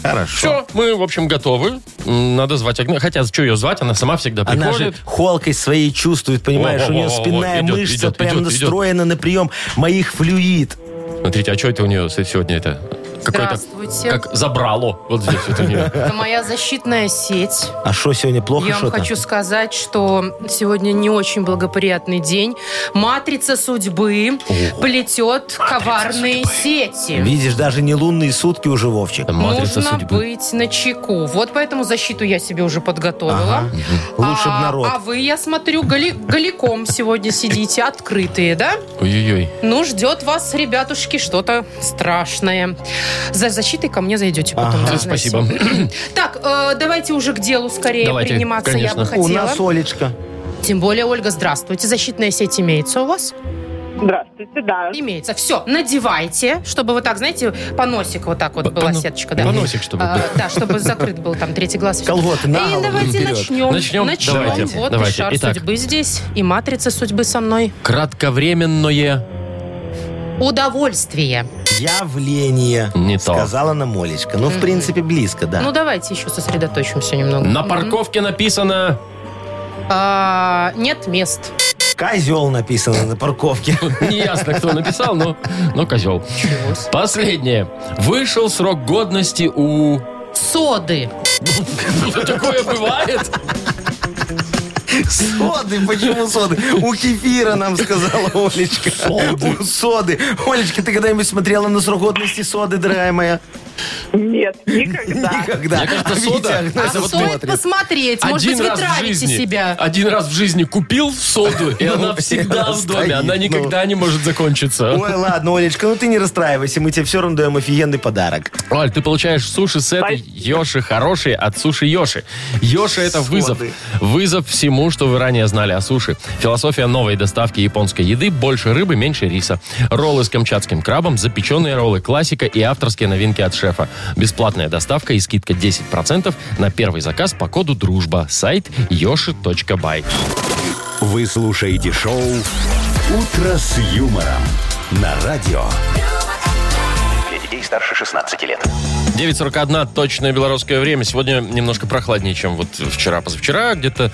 S1: Хорошо.
S2: Все, мы, в общем, готовы. М, Надо звать огня. Хотя, что ее звать? Она сама всегда
S1: Она же
S2: приходит.
S1: холкой своей чувствует, понимаешь? у нее
S2: Во-во-во-во-во,
S1: спинная
S2: идет,
S1: мышца
S2: идет,
S1: прям
S2: идет, идет.
S1: настроена на прием моих флюид.
S2: Смотрите, а что это у нее сегодня это? Какое-то
S3: Здравствуйте.
S2: как забрало вот здесь вот у нее.
S3: Это моя защитная сеть.
S1: А что сегодня плохо?
S3: Я вам
S1: что-то?
S3: хочу сказать, что сегодня не очень благоприятный день. Матрица судьбы плетет коварные сети.
S1: Видишь, даже не лунные сутки уже, Вовчик.
S2: Матрица
S3: Нужно
S2: судьбы.
S3: быть на чеку. Вот поэтому защиту я себе уже подготовила.
S1: Ага. Лучше б
S3: а,
S1: народ.
S3: А вы, я смотрю, голи- голиком сегодня сидите, открытые, да?
S2: Ой-ой-ой.
S3: Ну, ждет вас, ребятушки, что-то страшное. За защитой ко мне зайдете потом.
S2: Да,
S3: да,
S2: Спасибо.
S3: знаете. Так, э, давайте уже к делу скорее
S2: Давайте,
S3: приниматься.
S2: конечно.
S3: Я бы
S1: У
S3: хотела.
S1: нас Олечка.
S3: Тем более, Ольга, здравствуйте. Защитная сеть имеется у вас?
S8: Здравствуйте, да.
S3: Имеется. Все, надевайте, чтобы вот так, знаете, поносик вот так вот
S2: По-
S3: была
S2: поно-
S3: сеточка. Да.
S2: поносик, чтобы
S3: А,
S2: был.
S3: Да, чтобы закрыт был там третий глаз.
S1: Колготы на
S3: И
S1: голову
S3: давайте
S1: вперед.
S3: начнем.
S2: Начнем? Давайте,
S3: Вот
S2: давайте.
S3: и шар
S2: Итак.
S3: судьбы здесь, и матрица судьбы со мной.
S2: Кратковременное
S3: Удовольствие.
S1: Явление.
S2: Не то.
S1: Сказала нам Олечка. Ну, в принципе, близко,
S3: Ну,
S1: да.
S3: давайте еще сосредоточимся немного.
S2: На парковке написано...
S3: А, нет мест.
S1: Козел написано на парковке.
S2: Неясно, кто написал, но, но козел. Последнее. Вышел срок годности у... Ну,
S3: Соды.
S2: Такое бывает?
S1: (laughs) Соды, почему соды? У кефира нам сказала Олечка. Соды. У соды. Олечка, ты когда-нибудь смотрела на срок годности соды, дорогая моя?
S8: Нет, никогда.
S1: Никогда.
S2: Мне кажется,
S1: А видите,
S2: сода-
S1: она
S3: А
S1: вот
S3: стоит
S1: смотрит.
S3: посмотреть. Может быть, вы
S2: раз в
S3: травите
S2: жизни-
S3: себя.
S2: Один раз в жизни купил соду, и
S1: Ну,
S2: она всегда в доме.
S1: стоит,
S2: Она
S1: ну.
S2: никогда не может закончиться.
S1: Ой, ладно, Олечка, ну ты не расстраивайся, мы тебе все равно даем офигенный подарок.
S2: Оль, ты получаешь суши-сет Йоши хорошие от Суши Йоши. Йоши – это вызов. Вызов всему, что вы ранее знали о суши. Философия новой доставки японской еды – больше рыбы, меньше риса. Роллы с камчатским крабом, запеченные роллы классика и авторские новинки от шефа. Бесплатная доставка и скидка 10% на первый заказ по коду «Дружба». Сайт yoshi.by.
S4: Вы слушаете шоу «Утро с юмором» на радио.
S5: Для детей старше 16 лет.
S2: 9.41, точное белорусское время. Сегодня немножко прохладнее, чем вот вчера, позавчера. Где-то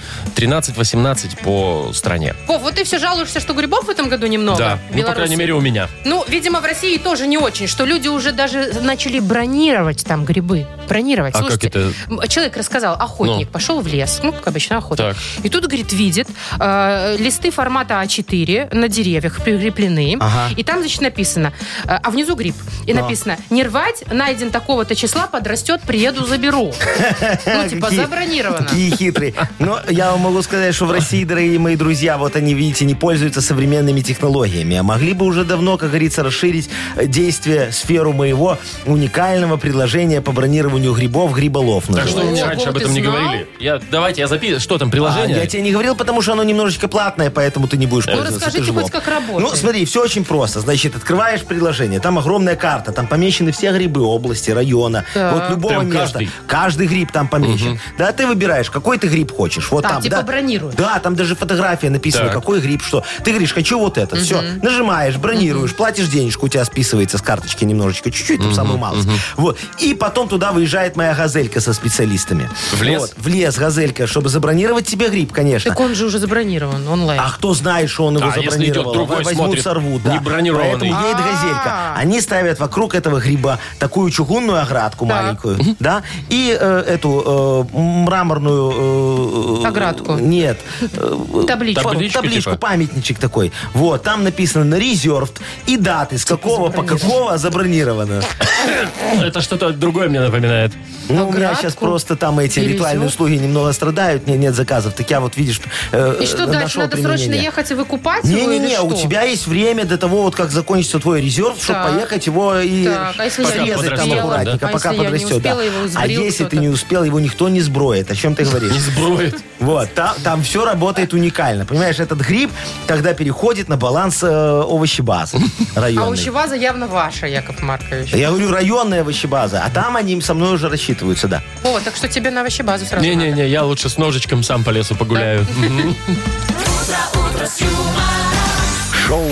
S2: 13-18 по стране.
S3: Вов, вот ты все жалуешься, что грибов в этом году немного.
S2: Да,
S3: в
S2: ну, по
S3: Беларуси.
S2: крайней мере, у меня.
S3: Ну, видимо, в России тоже не очень, что люди уже даже начали бронировать там грибы. Бронировать.
S2: А
S3: Слушайте,
S2: как это?
S3: м, человек рассказал, охотник
S2: Ну.
S3: пошел в лес, ну, как обычно, охота.
S2: Так.
S3: И тут, говорит, видит, э, листы формата А4 на деревьях прикреплены.
S1: Ага.
S3: И там, значит, написано, э, а внизу гриб. И написано, не рвать, найден такого-то числа, подрастет, приеду, заберу. Ну, типа,
S1: Какие-
S3: забронировано.
S1: Такие хитрые. Но я вам могу сказать, что в России, дорогие мои друзья, вот они, видите, не пользуются современными технологиями. А могли бы уже давно, как говорится, расширить э, действие, сферу моего уникального предложения по бронированию грибов, гриболов.
S2: Так что вы мне
S3: Ого,
S2: раньше об
S3: ты
S2: этом не
S3: знал?
S2: говорили. Я, давайте, я запишу. Что там,
S1: А,
S2: приложение? Э,
S1: я тебе не говорил, потому что оно немножечко платное, поэтому ты не будешь пользоваться.
S3: Ну, расскажите
S1: ты ж
S3: хоть
S1: лох.
S3: как работает.
S1: Ну, смотри, все очень просто. Значит, открываешь приложение, там огромная карта, там помечены все грибы области, района,
S3: Так.
S1: вот любого
S2: Прям
S1: места.
S2: каждый?
S1: гриб там помечен. Да, ты выбираешь, какой ты гриб хочешь. Вот
S3: А,
S1: там,
S3: типа
S1: да.
S3: бронируешь.
S1: Да, там даже фотография написана,
S2: Так.
S1: какой гриб, что. Ты говоришь, хочу вот этот. Все, нажимаешь, бронируешь, платишь денежку, у тебя списывается с карточки немножечко, чуть-чуть, там самую малость. Вот. И потом туда выезжает моя газелька со специалистами.
S2: В лес?
S1: Вот, в лес, газелька, чтобы забронировать тебе гриб, конечно.
S3: Так он же уже забронирован онлайн.
S1: А кто знает, что он его
S2: А, если
S1: забронировал?
S2: идет другой,
S1: Возьмут,
S2: смотрит,
S1: сорвут. Да.
S2: не бронированный.
S3: А.
S1: Поэтому едет газелька. Они ставят вокруг этого гриба такую чугунную оградку маленькую, да, и э, эту э, мраморную... э,
S3: Оградку.
S1: Нет. э,
S3: Табличку.
S1: по-
S2: Табличку, типа?
S1: памятничек такой. Вот, там написано на резервт и даты, с
S3: Типа
S1: какого по какого забронировано.
S2: Это что-то другое мне напоминает.
S1: Ну, у меня
S3: Оградку
S1: сейчас просто там эти
S3: и
S1: ритуальные
S3: резервт?
S1: услуги немного страдают, не- нет заказов. Так я вот, видишь, э,
S3: И что
S1: э,
S3: дальше?
S1: нашел
S3: Надо срочно
S1: применение.
S3: ехать и выкупать его или
S1: Не-не-не,
S3: что?
S1: у тебя есть время до того, вот как закончится твой резерв, чтобы
S3: Так.
S1: поехать его и
S3: Так, а если я не
S1: срезать там
S2: успела,
S1: аккуратненько,
S3: да? А
S1: пока
S3: если я не
S1: подрастет. да.
S3: успела, его
S1: а
S3: сбрил
S1: если ты
S3: кто-то?
S1: не успел, его никто не сброет. О
S3: (laughs)
S1: чем ты
S2: Не
S1: говоришь?
S2: сброет.
S1: Вот, та- там, все работает уникально. Понимаешь, этот гриб тогда переходит на баланс
S3: (laughs)
S1: э, овощебазы
S3: А
S1: районной.
S3: овощеваза явно ваша, Яков Маркович.
S1: А Я говорю, районная овощебаза, а там они со мной уже рассчитываются, да.
S3: О, так что тебе на овощебазу сразу надо.
S2: Не-не-не, я лучше с ножичком сам по лесу погуляю. Мгм.
S4: Шоу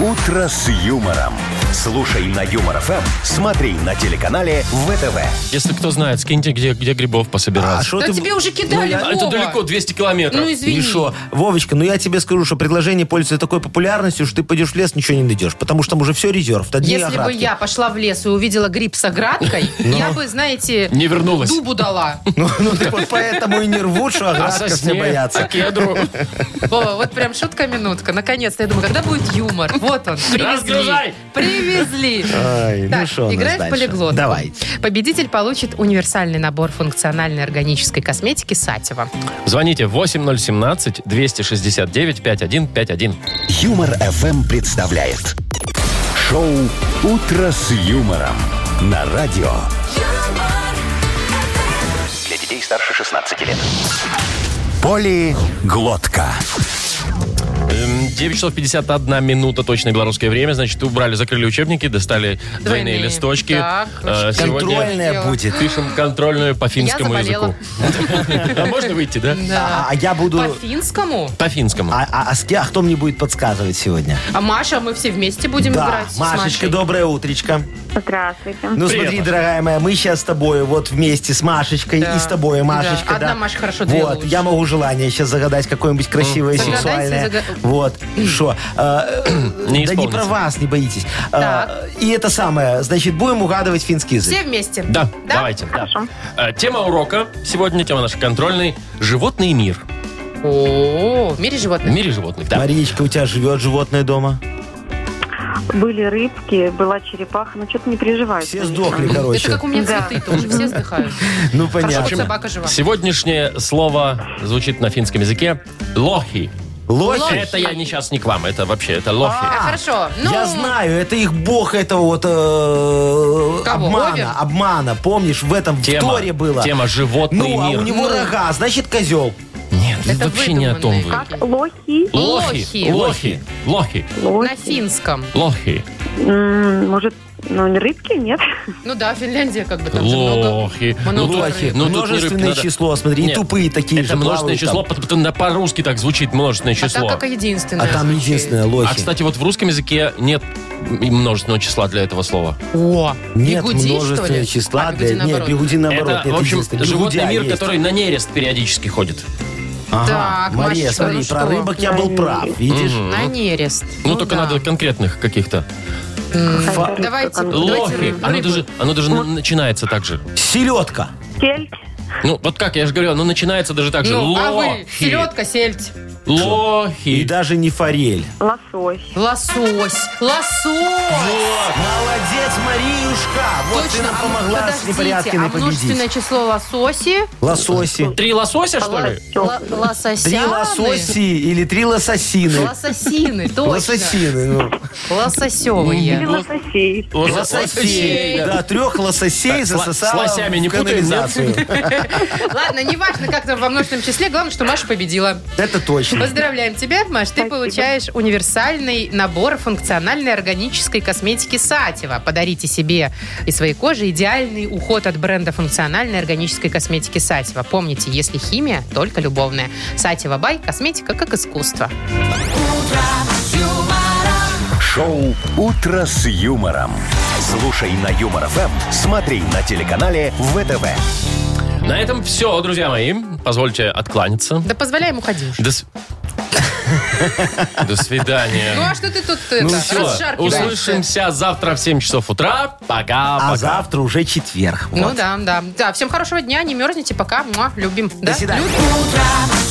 S4: «Утро с юмором» Слушай на Юмор ФМ, смотри на телеканале ВТВ.
S2: Если кто знает, скиньте, где, где грибов пособирался.
S1: А, шо
S3: Да тебе уже кидали,
S2: А Это
S3: Вова.
S2: далеко, 200 километров.
S3: Ну, извини.
S1: И шо? Вовочка, ну я тебе скажу, что предложение пользуется такой популярностью, что ты пойдешь в лес, ничего не найдешь, потому что там уже все резерв. до дней
S3: Если бы
S1: оградки.
S3: я пошла в лес и увидела гриб с оградкой, я бы, знаете,
S2: Не вернулась.
S3: дубу
S1: (laughs)
S3: дала.
S1: Ну, ну, так вот поэтому и не рвут, что
S2: А
S1: оградка все
S2: сосне, а
S1: боятся.
S2: кедру.
S3: Вова, вот прям шутка-минутка. Наконец-то я думаю, когда будет юмор? Вот он, привезли.
S2: Разгружай.
S3: Привезли.
S1: (laughs) Ай, ну
S3: Так,
S1: шо у нас
S3: играем в
S1: дальше?
S3: полиглот.
S1: Давай.
S3: Победитель получит универсальный набор функциональной органической косметики Сатева.
S2: Звоните 8017-269-5151.
S4: Юмор ФМ представляет шоу Утро с юмором на радио.
S5: Для детей старше 16 лет.
S4: Полиглотка.
S2: 9 часов 51 минута, точно белорусское время. Значит, убрали, закрыли учебники, достали двойные,
S3: Двойные.
S2: листочки.
S3: Так,
S2: Э,
S3: значит,
S2: (laughs) Сегодня
S1: Контрольная
S3: Сегодня-
S1: будет.
S2: пишем контрольную по финскому
S3: Я заболела.
S2: языку. А можно выйти, да?
S1: А, а я буду...
S3: По финскому?
S2: По финскому.
S1: А, а- а с ки- а кто мне будет подсказывать сегодня?
S3: А Маша, мы все вместе будем
S1: да,
S3: играть с
S1: Машечка,
S3: Машей.
S1: доброе утречко.
S8: Здравствуйте.
S1: Ну
S2: Привет,
S1: смотри, дорогая моя, мы сейчас с тобой вот вместе с Машечкой
S3: Да.
S1: и с тобой,
S3: Да.
S1: Машечка. Да.
S3: Одна Маша хорошо, две
S1: Вот,
S3: лучше.
S1: я могу желание сейчас загадать какое-нибудь красивое,
S3: Загадайте,
S1: сексуальное.
S3: зага-
S1: Вот, что?
S2: (clears throat) Не
S1: да не
S2: исполнится.
S1: про вас, не боитесь. Э,
S3: Так.
S1: и это самое, значит, будем угадывать финский язык.
S3: Все вместе?
S2: Да, давайте. да. Э, Тема урока сегодня, тема наша контрольной. Животный мир.
S3: О, в мире
S2: В
S3: животных.
S2: мире животных, да.
S1: Маринечка, у тебя живет животное дома?
S8: Были рыбки, была черепаха, но что-то не переживай.
S1: Все сдохли, короче.
S3: Это как у меня
S8: Да.
S3: цветы тоже, все вздыхают.
S1: Ну,
S3: Хорошо, хоть
S1: понятно.
S3: собака жива.
S2: Сегодняшнее слово звучит на финском языке «лохи».
S1: Лохи?
S2: Это я не сейчас не к вам, это вообще, это лохи.
S3: А, хорошо. Ну,
S1: Я знаю, это их бог этого вот э,
S3: Кого,
S1: обмана,
S3: Вове?
S1: обмана. Помнишь, в этом в
S2: Тема,
S1: Торе было.
S2: тема «животный
S1: ну, а
S2: мир».
S1: у него рога, значит, козел.
S2: Нет, вы
S3: Это
S2: вообще не о том вы.
S3: выдуманные.
S8: Лохи,
S2: Лохи, лохи, лохи,
S3: На
S8: лохи.
S3: финском.
S2: лохи,
S8: М, Может, ну, не рыбки, нет?
S3: Ну да, Финляндия как бы там же много.
S2: лохи.
S3: много А
S2: тут-
S3: лохи.
S2: ну, тут не рыбки
S1: множественное
S2: надо.
S1: число, смотри,
S2: Нет,
S1: и тупые такие
S2: Это
S1: же.
S2: множественное
S1: плавают там.
S2: число, потому- потому- по-русски так звучит множественное
S3: А так
S2: число.
S3: как единственное.
S1: А там
S3: звучит.
S1: единственное, лохи.
S2: А, кстати, вот в русском языке нет м- множественного числа для этого слова.
S3: О,
S1: Нет
S3: бигуди, что
S1: множественное
S3: ли?
S1: числа.
S3: А, бигуди
S1: для... Нет,
S3: наоборот.
S1: бигуди наоборот.
S2: это,
S1: нет,
S2: в общем,
S1: единственное.
S2: животный
S1: Бигудя
S2: мир,
S1: есть.
S2: который на нерест периодически ходит.
S1: Ага.
S3: Так,
S1: Мария,
S3: Машечка,
S1: смотри,
S3: ну
S1: про
S3: что?
S1: рыбок я был прав, видишь?
S3: На нерест.
S2: Ну, только
S3: да.
S2: надо конкретных каких-то.
S8: Какая-то рыбка
S3: Давайте.
S8: там.
S3: Ну, Давайте
S2: Лохи.
S3: рыб-
S2: Оно
S3: рыбу.
S2: даже, оно даже на- начинается так же.
S1: Селедка.
S8: Тельть.
S2: Ну, вот как, я же говорю, оно начинается даже так же.
S3: Ну, а вы?
S2: Лохи.
S3: Селедка, сельдь,
S1: И
S2: Лохи.
S1: даже не форель.
S8: лосось.
S3: лосось, лосось.
S1: Молодец, Мариюшка! Вот ты нам
S3: а,
S1: помогла с
S3: подождите,
S1: непорядками
S3: а множественное
S1: победить.
S3: число лососи,
S1: Лососи.
S2: Три лосося, что ли?
S3: л-
S8: Лосёк.
S1: Три
S3: лососяны,
S1: лососи или три лососины.
S3: лососины, точно,
S1: Лососины. ну.
S8: Или
S3: лососевые.
S8: лососей.
S1: Лососей.
S2: да.
S1: Да, трех лососей
S2: с ло- с
S1: засосала
S2: лосями не
S1: в
S2: путаем, нет?
S1: канализацию.
S3: Ладно, неважно, как там во множественном числе, главное, что Маша победила.
S1: Это точно.
S3: Поздравляем тебя, Маш. Ты
S8: Спасибо.
S3: получаешь универсальный набор функциональной органической косметики Сатева. Подарите себе и своей коже идеальный уход от бренда функциональной органической косметики Сатева. Помните, если химия, только любовная. Сатева Бай. Косметика как искусство.
S4: Шоу Утро с юмором. Слушай на Юмор ФМ, смотри на телеканале ВТВ.
S2: На этом все, друзья мои. Позвольте откланяться.
S3: Да позволяем уходить. уже.
S2: До, с- (laughs) До свидания.
S3: Ну а что ты тут
S2: Ну
S3: это,
S2: всё,
S3: расшаркиваешься?
S2: услышимся завтра в 7 часов утра.
S1: А
S2: Пока-пока.
S1: завтра уже четверг.
S3: Ну
S1: Вот.
S3: да, да. Да, всем хорошего дня, не мерзните, пока. Муа, любим.
S1: До свидания.
S3: Любим.